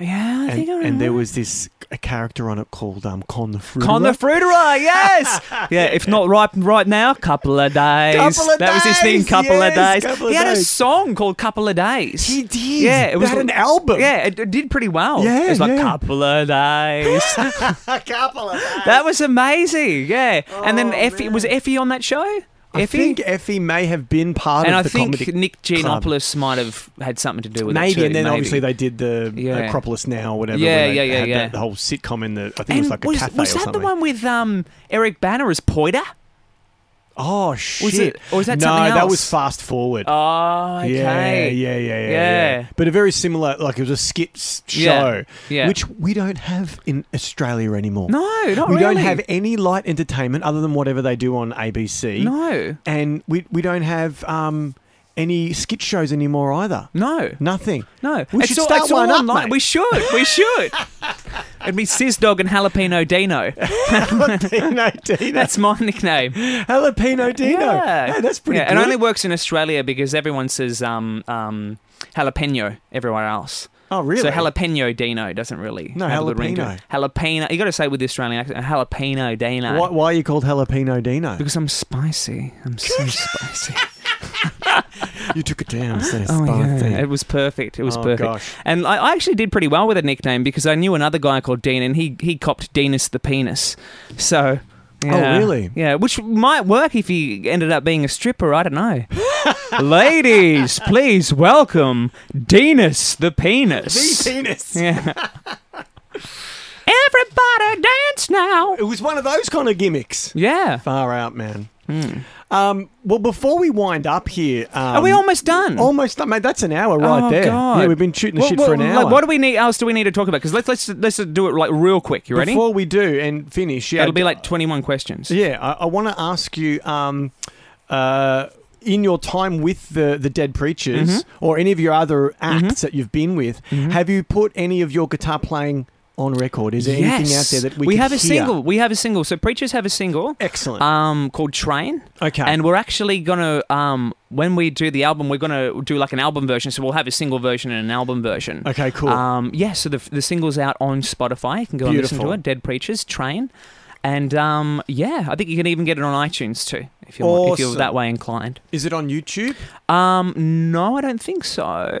Yeah, I
and,
think I remember.
and there was this a character on it called um, Con the Fruit.
Con the Fruiterer, yes! yeah, if not right right now, couple of days.
Couple of
that was his thing,
days,
couple of
yes,
days.
couple of
he had a
days.
song called Couple of Days.
He did.
Yeah, it was
They had
like-
an album.
yeah, it, it did pretty well.
Yeah,
it was like
yeah.
couple of days.
a couple of days. Oh,
that was amazing. Yeah, and then Effie was Effie on that show.
I
Effie,
think Effie may have been part
and
of
I
the
think
comedy.
Nick
club.
Giannopoulos might have had something to do with it
Maybe,
too,
and then
maybe.
obviously they did the
Yeah.
Acropolis Now, or whatever.
Yeah,
where they
yeah, yeah,
had
yeah.
That, the whole sitcom in the, I think it
And
was like a
was,
cafe
was
or
that
something.
the one with um, Eric Banner as Poiter?
Oh shit!
it- or was that
no?
something
That
else?
was Fast Forward.
Oh, okay.
yeah, yeah, yeah, yeah,
Yeah.
yeah, But a very similar, like it was a skits show,
Yeah.
which we don't have in Australia anymore.
No, not
we
really.
don't have any light entertainment other than whatever they do on ABC.
No,
and we we don't have um, any skit shows anymore either.
no,
Nothing.
no.
We
It's
should
all-
start
it's all
one up,
online.
mate.
We should. We should. It'd be Sis Dog and Jalapeno Dino.
Jalapeno Dino.
That's my nickname.
Jalapeno Dino.
Yeah,
Hey, that's pretty
Yeah,
good.
It only works in Australia because everyone says um, um, jalapeno. Everyone else.
oh, really?
So jalapeno Dino doesn't really
No,
have a good ring to it. Jalapeno. You got to say with the Australian accent, jalapeno Dino.
why, why are you called Jalapeno Dino?
Because I'm spicy. I'm so spicy.
you took it down. So
Oh yeah,
spicy.
it was perfect. It was
Oh,
perfect.
gosh.
And I, I actually did pretty well with a nickname because I knew another guy called Dean, and he he copped Deanus the penis. So. yeah.
Oh, really?
Yeah, which might work if he ended up being a stripper. I don't know. Ladies, please welcome Deanus the penis.
penis.
yeah. Everybody dance now.
It was one of those kind of gimmicks.
Yeah.
Far out, man. Um, well, before we wind up here, um,
Hmm. Are we almost done?
Almost done, mate. That's an hour right
Oh,
there.
God.
Yeah, we've been shooting the
What-
shit
what-
for an hour.
Like, what do we need? Else do we need to talk about? Because let's let's let's do it like real quick. You ready?
Before we do and finish, yeah,
It'll be like 21 questions.
Yeah, I, I want to ask you. Um, uh, in your time with the, the Dead Preachers
Mm-hmm.
or any of your other acts that you've been with, have you put any of your guitar playing on record? Is there anything out
Yes.
there that we, could
have a
hear?
single? We have a single. So preachers have a single,
Excellent.
um, called Train,
okay.
and we're actually gonna um, when we do the album, we're gonna do like an album version. So we'll have a single version and an album version.
okay, cool.
Um, yeah. So the the single's out on Spotify. You can go and listen
Beautiful.
to it. Dead preachers, Train, and um, yeah, I think you can even get it on iTunes too if you're if you're
Awesome.
that way inclined.
Is it on YouTube?
Um, no, I don't think so.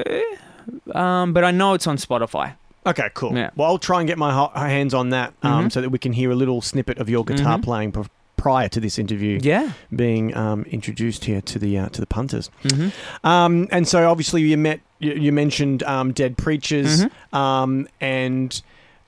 Um, but I know it's on Spotify.
Okay, cool.
Yeah.
Well, I'll try and get my ho- hands on that um,
Mhm.
so that we can hear a little snippet of your guitar
Mhm.
playing pr- prior to this interview
Yeah.
being um, introduced here to the uh, to the punters.
Mm-hmm.
Um, and so obviously you met you, you mentioned um, Dead Preachers
Mhm.
um, and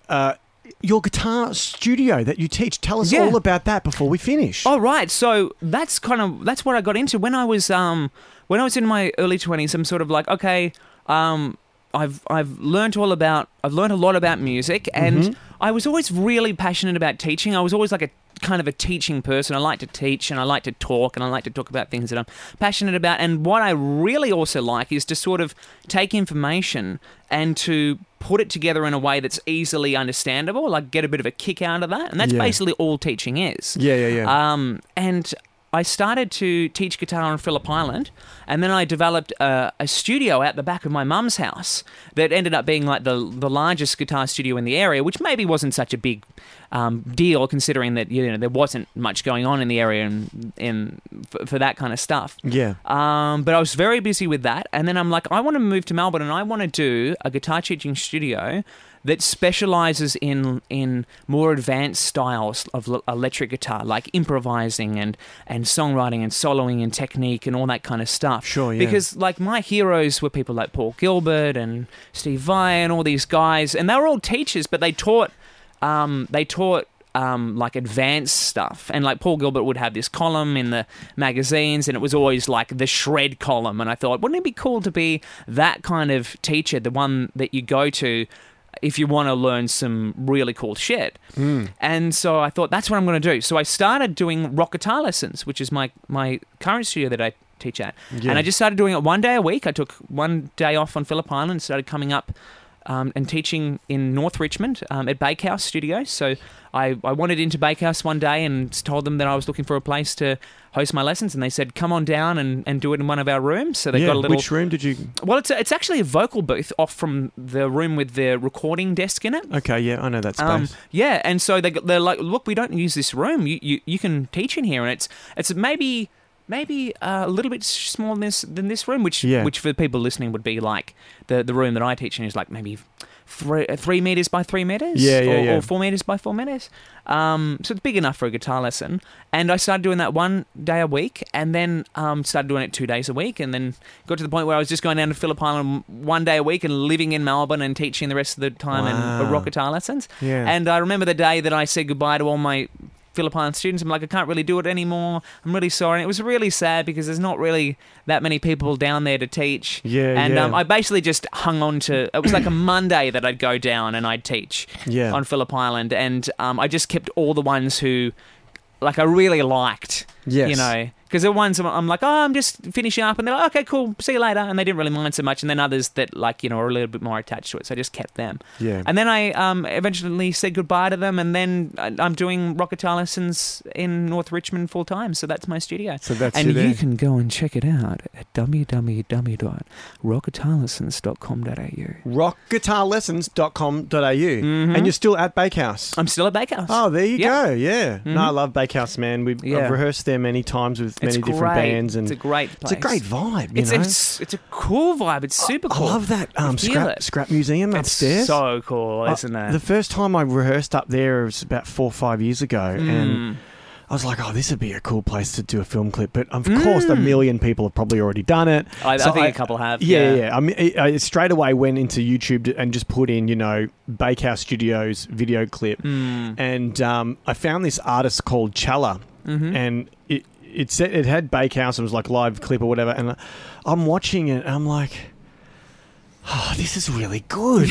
uh, your guitar studio that you teach. Tell us
Yeah.
all about that before we finish.
Oh right, so that's kind of that's what I got into when I was um when I was in my early twenties. I'm sort of like okay, um I've I've learned all about I've learned a lot about music, and I was always really passionate about teaching. I was always like a kind of a teaching person. I like to teach and I like to talk and I like to talk about things that I'm passionate about. And what I really also like is to sort of take information and to put it together in a way that's easily understandable. Like get a bit of a kick out of that, and that's
Yeah.
basically all teaching is.
yeah, yeah, yeah.
Um, and I started to teach guitar on Phillip Island, and then I developed a, a studio out the back of my mum's house that ended up being like the the largest guitar studio in the area, which maybe wasn't such a big um, deal considering that you know there wasn't much going on in the area and, and for, for that kind of stuff.
yeah.
Um, but I was very busy with that, and then I'm like, I want to move to Melbourne, and I want to do a guitar teaching studio that specializes in in more advanced styles of l- electric guitar, like improvising and and songwriting and soloing and technique and all that kind of stuff.
Sure, yeah.
Because like my heroes were people like Paul Gilbert and Steve Vai and all these guys, and they were all teachers, but they taught um, they taught. um, like advanced stuff, and like Paul Gilbert would have this column in the magazines, and it was always like the shred column. And I thought, wouldn't it be cool to be that kind of teacher, the one that you go to if you want to learn some really cool shit.
Mm,
And so I thought that's what I'm going to do. So I started doing rock guitar lessons, which is my my current studio that I teach at. And I just started doing it one day a week. I took one day off on Phillip Island and started coming up um, and teaching in North Richmond um, at Bakehouse Studios. So I, I wandered into Bakehouse one day and told them that I was looking for a place to host my lessons. And they said, come on down and, and do it in one of our rooms. So they
yeah,
got a little.
which room did you?
Well, it's, a, it's actually a vocal booth off from the room with the recording desk in it.
Okay, yeah, I know that space.
Um, yeah, and so they, they're like, look, we don't use this room. You, you, you can teach in here, and it's it's maybe maybe uh, a little bit smaller than this, than this room, which
Yeah.
which for people listening would be like the the room that I teach in is like maybe three uh, three meters by three meters,
Yeah, yeah,
or,
yeah.
or four meters by four meters. Um, so it's big enough for a guitar lesson. And I started doing that one day a week, and then um, started doing it two days a week, and then got to the point where I was just going down to Phillip Island one day a week and living in Melbourne and teaching the rest of the time and
Wow.
uh, rock guitar lessons.
Yeah.
And I remember the day that I said goodbye to all my Philippine students. I'm like, I can't really do it anymore. I'm really sorry. And it was really sad because there's not really that many people down there to teach.
Yeah,
And
yeah.
Um, I basically just hung on to it was like a Monday that I'd go down and I'd teach
Yeah.
on Phillip Island. And um, I just kept all the ones who, like, I really liked.
Yes.
You know, because the ones I'm- I'm like, oh, I'm just finishing up, and they're like, okay, cool, see you later, and they didn't really mind so much. And then others that like, you know, are a little bit more attached to it, so I just kept them.
Yeah.
And then I um, eventually said goodbye to them, and then I- I'm doing rock guitar lessons in North Richmond full time, so that's my studio.
so that's
and
you there.
you can go and check it out at www.rockguitarlessons.com.au.
rockguitarlessons.com.au and you're still at Bakehouse.
I'm still at Bakehouse.
Mm-hmm. Oh, there you
Mm-hmm. Uh, Yeah. Mm-hmm.
go. Yeah. No, I love Bakehouse, man. We've
Yeah.
I've rehearsed there many times with
it's
many different
great.
bands and
it's a great place.
it's a great vibe, you
It's,
know.
it's, it's a cool vibe. It's super
I
cool.
love that um,
feel
scrap,
it.
scrap museum
It's
upstairs.
so cool,
I-
isn't it?
The first time I rehearsed up there was about four or five years ago,
Hmm. Mm.
and I was like, "Oh, this would be a cool place to do a film clip." But of course,
Hmm.
a million people have probably already done it.
I- I
So
think a couple have,
Yeah,
yeah.
yeah. I, mean, I, I straight away went into YouTube to- and just put in, you know, Bakehouse Studios video clip,
Mm.
and um, I found this artist called Challa,
Mm-hmm. Hmm.
and it it said it had Bakehouse and it was like live clip or whatever, and I- I'm watching it, and I'm like. Oh, this is really good.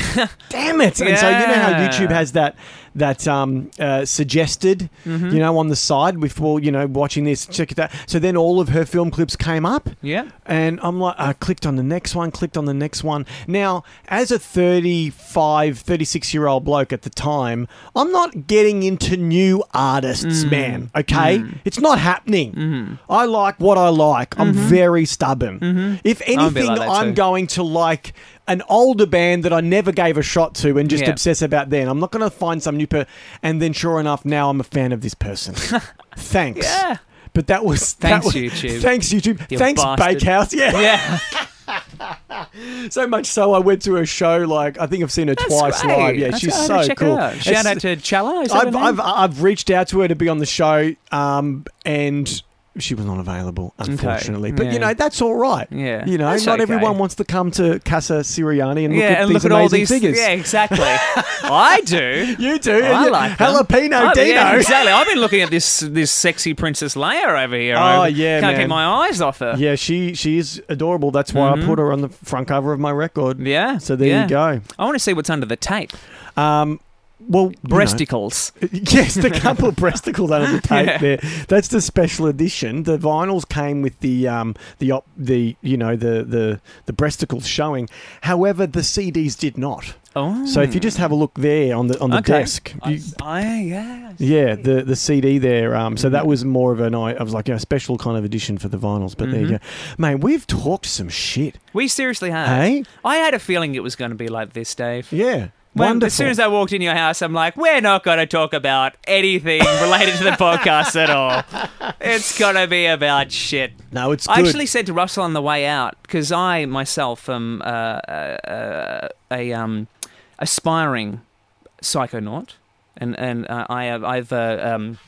Damn it! And so you know how
Yeah.
YouTube has that that um, uh, suggested, you know, on the side before you know watching this, check it out. So then all of her film clips came up,
yeah.
and I'm like, I clicked on the next one, clicked on the next one. Now, as a 35, 36 year old bloke at the time, I'm not getting into new artists,
Mm.
man. Okay? It's not happening.
Mm-hmm.
I like what I like. I'm very stubborn. If
I'm a bit
anything,
like Mm-hmm. that
I'm
too.
going to like an older band that I never gave a shot to and just
Yeah.
obsess about them. I'm not going to find some new per. And then, sure enough, now I'm a fan of this person. Thanks.
Yeah.
But that was
Thanks,
that was,
YouTube.
Thanks YouTube.
You
Thanks
bastard.
Bakehouse. Yeah.
Yeah.
So much so I went to her show like I think I've seen her twice
great.
live. Yeah,
That's-
she's
I
so
gotta check
cool.
It out. Shout
It's-
out to Chella. Is that her
I've,
name?
I've I've reached out to her to be on the show um and she was not available, unfortunately. But you
Yeah.
know that's all right.
Yeah.
you know,
That's
not
okay.
everyone wants to come to Casa Siriani and look
yeah,
at
and
these
look at
amazing
all these
figures.
Yeah, exactly. I do.
You do. and
I
you-
like them.
jalapeno
I-
Dino. Oh,
Yeah, exactly. I've been looking at this this sexy Princess Leia over here.
Oh,
I
yeah,
can't
man.
keep my eyes off her.
Yeah, she she is adorable. That's why I put her on the front cover of my record.
Yeah,
So there
yeah.
you go.
I want to see what's under the tape.
Um, well, you know.
Breasticles.
Yes, the couple of breasticles under the tape there. That's the special edition. The vinyls came with the um the op, the you know the the the breasticles showing. However, the CDs did not.
Oh,
So if you just have a look there on the on the
okay.
desk,
I,
you-
I- yeah.
yeah, the the CD there. Um, so
Mm-hmm.
that was more of an I I was like a special kind of edition for the vinyls. But there you go,
Mm-hmm.
mate. We've talked some shit,
We seriously have.
hey?
I had a feeling it was going to be like this, Dave.
Yeah,
When-
wonderful.
As soon as I walked in your house, I'm like, we're not going to talk about anything related to the podcast at all. It's going to be about shit.
no, it's good.
I actually said to Russell on the way out because I myself am uh, uh, a um, aspiring psychonaut, and and uh, I have I've. Uh, um,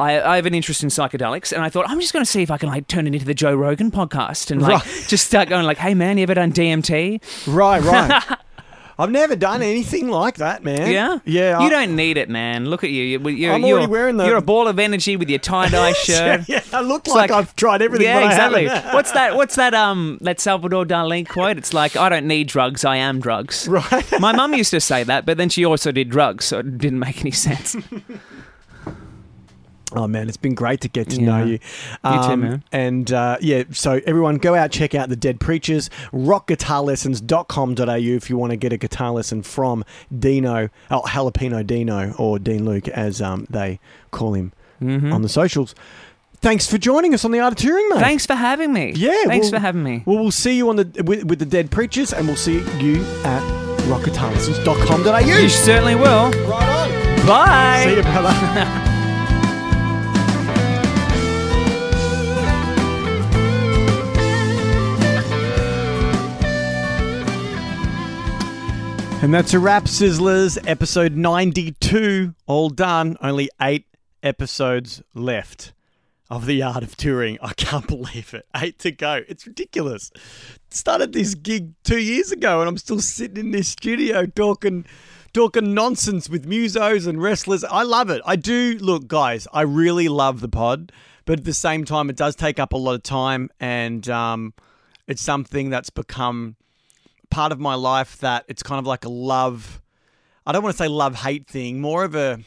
I, I have an interest in psychedelics, and I thought I'm just going to see if I can like turn it into the Joe Rogan podcast, and like just start going like, "Hey man, you ever done DMT?"
Right, right. I've never done anything like that, man.
Yeah,
Yeah.
You
I-
don't need it, man. Look at you. You're, you're,
I'm already
you're,
wearing the-
You're a ball of energy with your tie dye shirt.
Yeah, I look
It's
like,
like-
I've tried everything.
Yeah,
but I
exactly.
haven't.
What's that? What's that? Um, that Salvador Dali quote. It's like I don't need drugs. I am drugs. Right. My mum used to say that, but then she also did drugs, so it didn't make any sense.
Oh man, it's been great to get to
Yeah.
know you.
You too, man.
And uh, yeah, so everyone go out, check out the Dead Preachers, rockguitarlessons.com.au if you want to get a guitar lesson from Dino, oh, Jalapeno Dino, or Dean Luke, as um, they call him
Mm-hmm.
on the socials. Thanks for joining us on the Art of Touring, mate.
Thanks for having me.
Yeah,
Thanks
well-
for having me.
Well, we'll see you on the with, with the Dead Preachers, and we'll see you at rockguitarlessons.com.au.
You certainly will. Right on. Bye.
See you, brother. And that's a wrap, Sizzlers. Episode 92, all done. Only eight episodes left of The Art of Touring. I can't believe it. Eight to go. It's ridiculous. Started this gig two years ago, and I'm still sitting in this studio talking. Talking nonsense with musos and wrestlers. I love it. I do. Look, guys, I really love the pod, but at the same time, it does take up a lot of time, and um, it's something that's become part of my life that it's kind of like a love I don't want to say love hate thing, more of a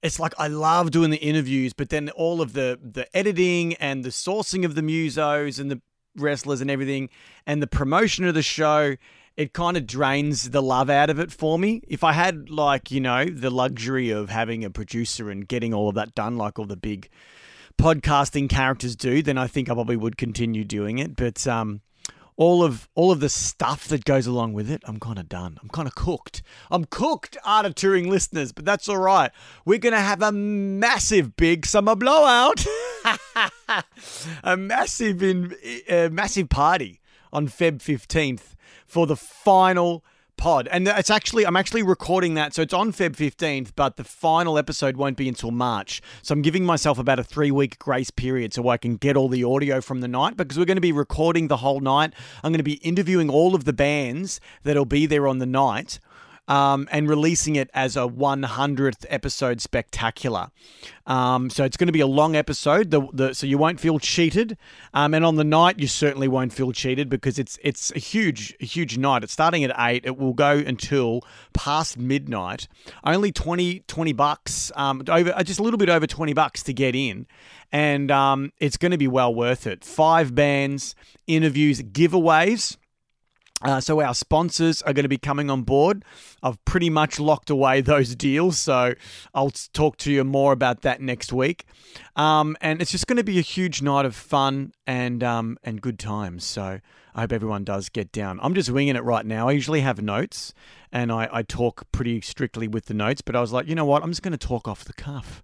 it's like I love doing the interviews, but then all of the the editing and the sourcing of the musos and the wrestlers and everything and the promotion of the show it kind of drains the love out of it for me. If I had like, you know, the luxury of having a producer and getting all of that done like all the big podcasting characters do, then I think I probably would continue doing it. But um, all of all of the stuff that goes along with it, I'm kind of done. I'm kind of cooked. I'm cooked, Art of Touring listeners, but that's all right. We're gonna have a massive big summer blowout, a massive in a massive party on Feb 15th for the final pod. And it's actually, I'm actually recording that. So it's on Feb 15th, but the final episode won't be until March. So I'm giving myself about a three week grace period so I can get all the audio from the night because we're going to be recording the whole night. I'm going to be interviewing all of the bands that'll be there on the night um, and releasing it as a 100th episode spectacular. Um, so it's going to be a long episode, the, the, so you won't feel cheated. Um, and on the night, you certainly won't feel cheated because it's it's a huge a huge night. It's starting at eight. It will go until past midnight. Only 20, 20 bucks, um, over uh, just a little bit over twenty bucks to get in, and um, it's going to be well worth it. Five bands, interviews, giveaways. Uh, so our sponsors are going to be coming on board. I've pretty much locked away those deals, so I'll s- talk to you more about that next week. Um, and it's just going to be a huge night of fun and um, and good times. So I hope everyone does get down. I'm just winging it right now. I usually have notes, and I, I talk pretty strictly with the notes. But I was like, you know what? I'm just going to talk off the cuff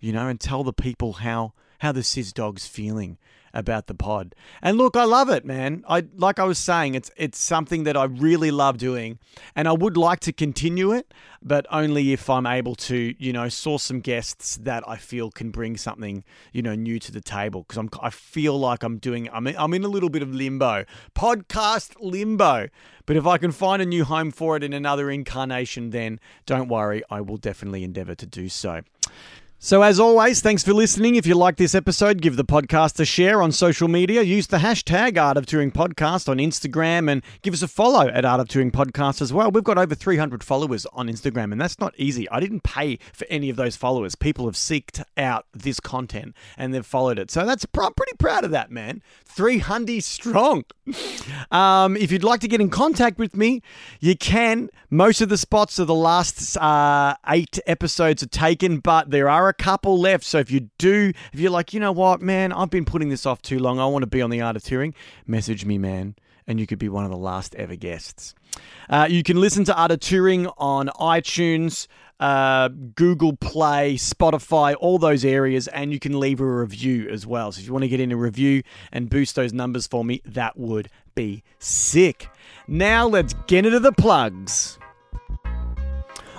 you know, and tell the people how how the Sizz Dog's feeling about the pod. And look, I love it, man. I like I was saying, it's it's something that I really love doing, and I would like to continue it, but only if I'm able to, you know, source some guests that I feel can bring something, you know, new to the table. Because I'm I feel like I'm doing I'm in, I'm in a little bit of limbo, podcast limbo. But if I can find a new home for it in another incarnation, then don't worry, I will definitely endeavor to do so. So, as always, thanks for listening. If you like this episode, give the podcast a share on social media. Use the hashtag Art of Touring Podcast on Instagram and give us a follow at Art of Touring Podcast as well. We've got over 300 followers on Instagram, and that's not easy. I didn't pay for any of those followers. People have seeked out this content and they've followed it. So, that's I'm pretty proud of that, man. 300 strong. Um, if you'd like to get in contact with me, you can. Most of the spots of the last uh, eight episodes are taken, but there are a couple left. So if you do, if you're like, you know what, man, I've been putting this off too long. I want to be on the Art of Touring. Message me, man, and you could be one of the last ever guests. Uh, you can listen to Art of Touring on iTunes, uh, Google Play, Spotify, all those areas, and you can leave a review as well. So if you want to get in a review and boost those numbers for me, that would be sick. Now let's get into the plugs.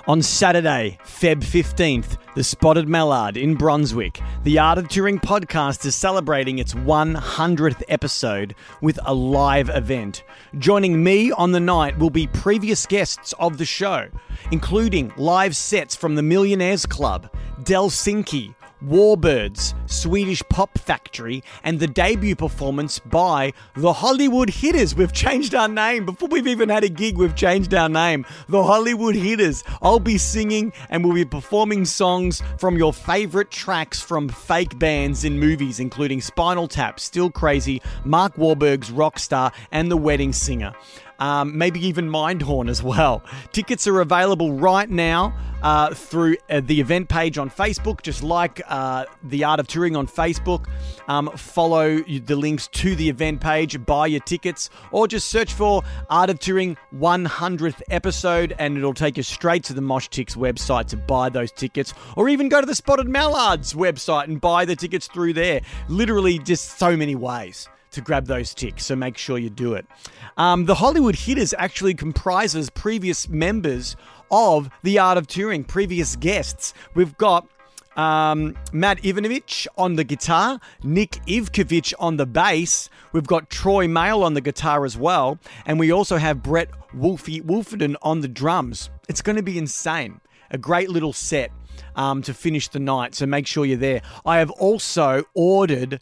On Saturday, Feb 15th, the Spotted Mallard in Brunswick, the Art of Touring podcast is celebrating its 100th episode with a live event. Joining me on the night will be previous guests of the show, including live sets from the Millionaires Club, Delsinki, Warbirds, Swedish Pop Factory, and the debut performance by The Hollywood Hitters. We've changed our name. Before we've even had a gig, we've changed our name. The Hollywood Hitters. I'll be singing and we'll be performing songs from your favorite tracks from fake bands in movies, including Spinal Tap, Still Crazy, Mark Warburg's Rockstar, and The Wedding Singer um, maybe even Mindhorn as well. Tickets are available right now uh, through uh, the event page on Facebook. Just like uh, the Art of Touring on Facebook, um, follow the links to the event page, buy your tickets, or just search for Art of Touring 100th episode, and it'll take you straight to the Mosh Ticks website to buy those tickets, or even go to the Spotted Mallards website and buy the tickets through there. Literally, just so many ways to grab those ticks, so make sure you do it. Um, the Hollywood Hitters actually comprises previous members of The Art of Touring, previous guests. We've got um, Matt Ivanovich on the guitar, Nick Ivkovich on the bass. We've got Troy Mail on the guitar as well, and we also have Brett Wolfie Wolferton on the drums. It's going to be insane. A great little set um, to finish the night, so make sure you're there. I have also ordered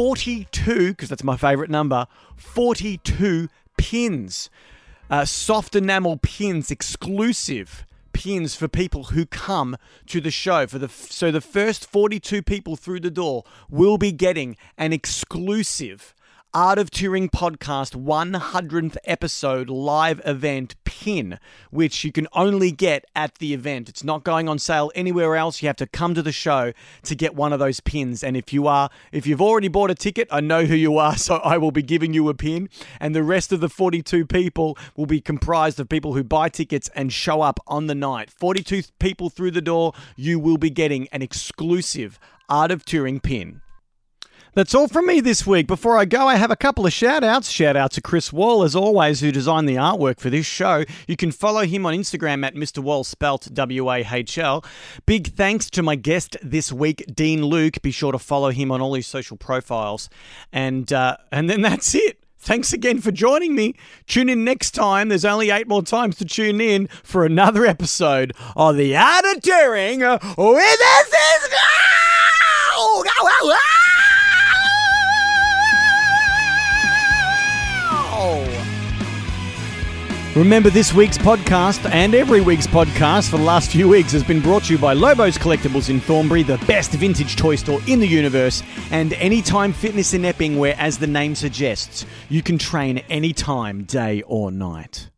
42, because that's my favorite number, 42 pins, uh, soft enamel pins, exclusive pins for people who come to the show. For the so the first 42 people through the door will be getting an exclusive Art of Touring podcast 100th episode live event pin, which you can only get at the event. It's not going on sale anywhere else. You have to come to the show to get one of those pins. And if you are, if you've already bought a ticket, I know who you are, so I will be giving you a pin. And the rest of the 42 people will be comprised of people who buy tickets and show up on the night. 42 people through the door, you will be getting an exclusive Art of Touring pin. That's all from me this week. Before I go, I have a couple of shout outs. Shout out to Chris Wall, as always, who designed the artwork for this show. You can follow him on Instagram at Mr. Wall, spelt W A H L. Big thanks to my guest this week, Dean Luke. Be sure to follow him on all his social profiles. And, uh, and then that's it. Thanks again for joining me. Tune in next time. There's only eight more times to tune in for another episode of The Art of Touring with this is. Remember, this week's podcast and every week's podcast for the last few weeks has been brought to you by Lobos Collectibles in Thornbury, the best vintage toy store in the universe, and Anytime Fitness in Epping, where, as the name suggests, you can train anytime, day or night.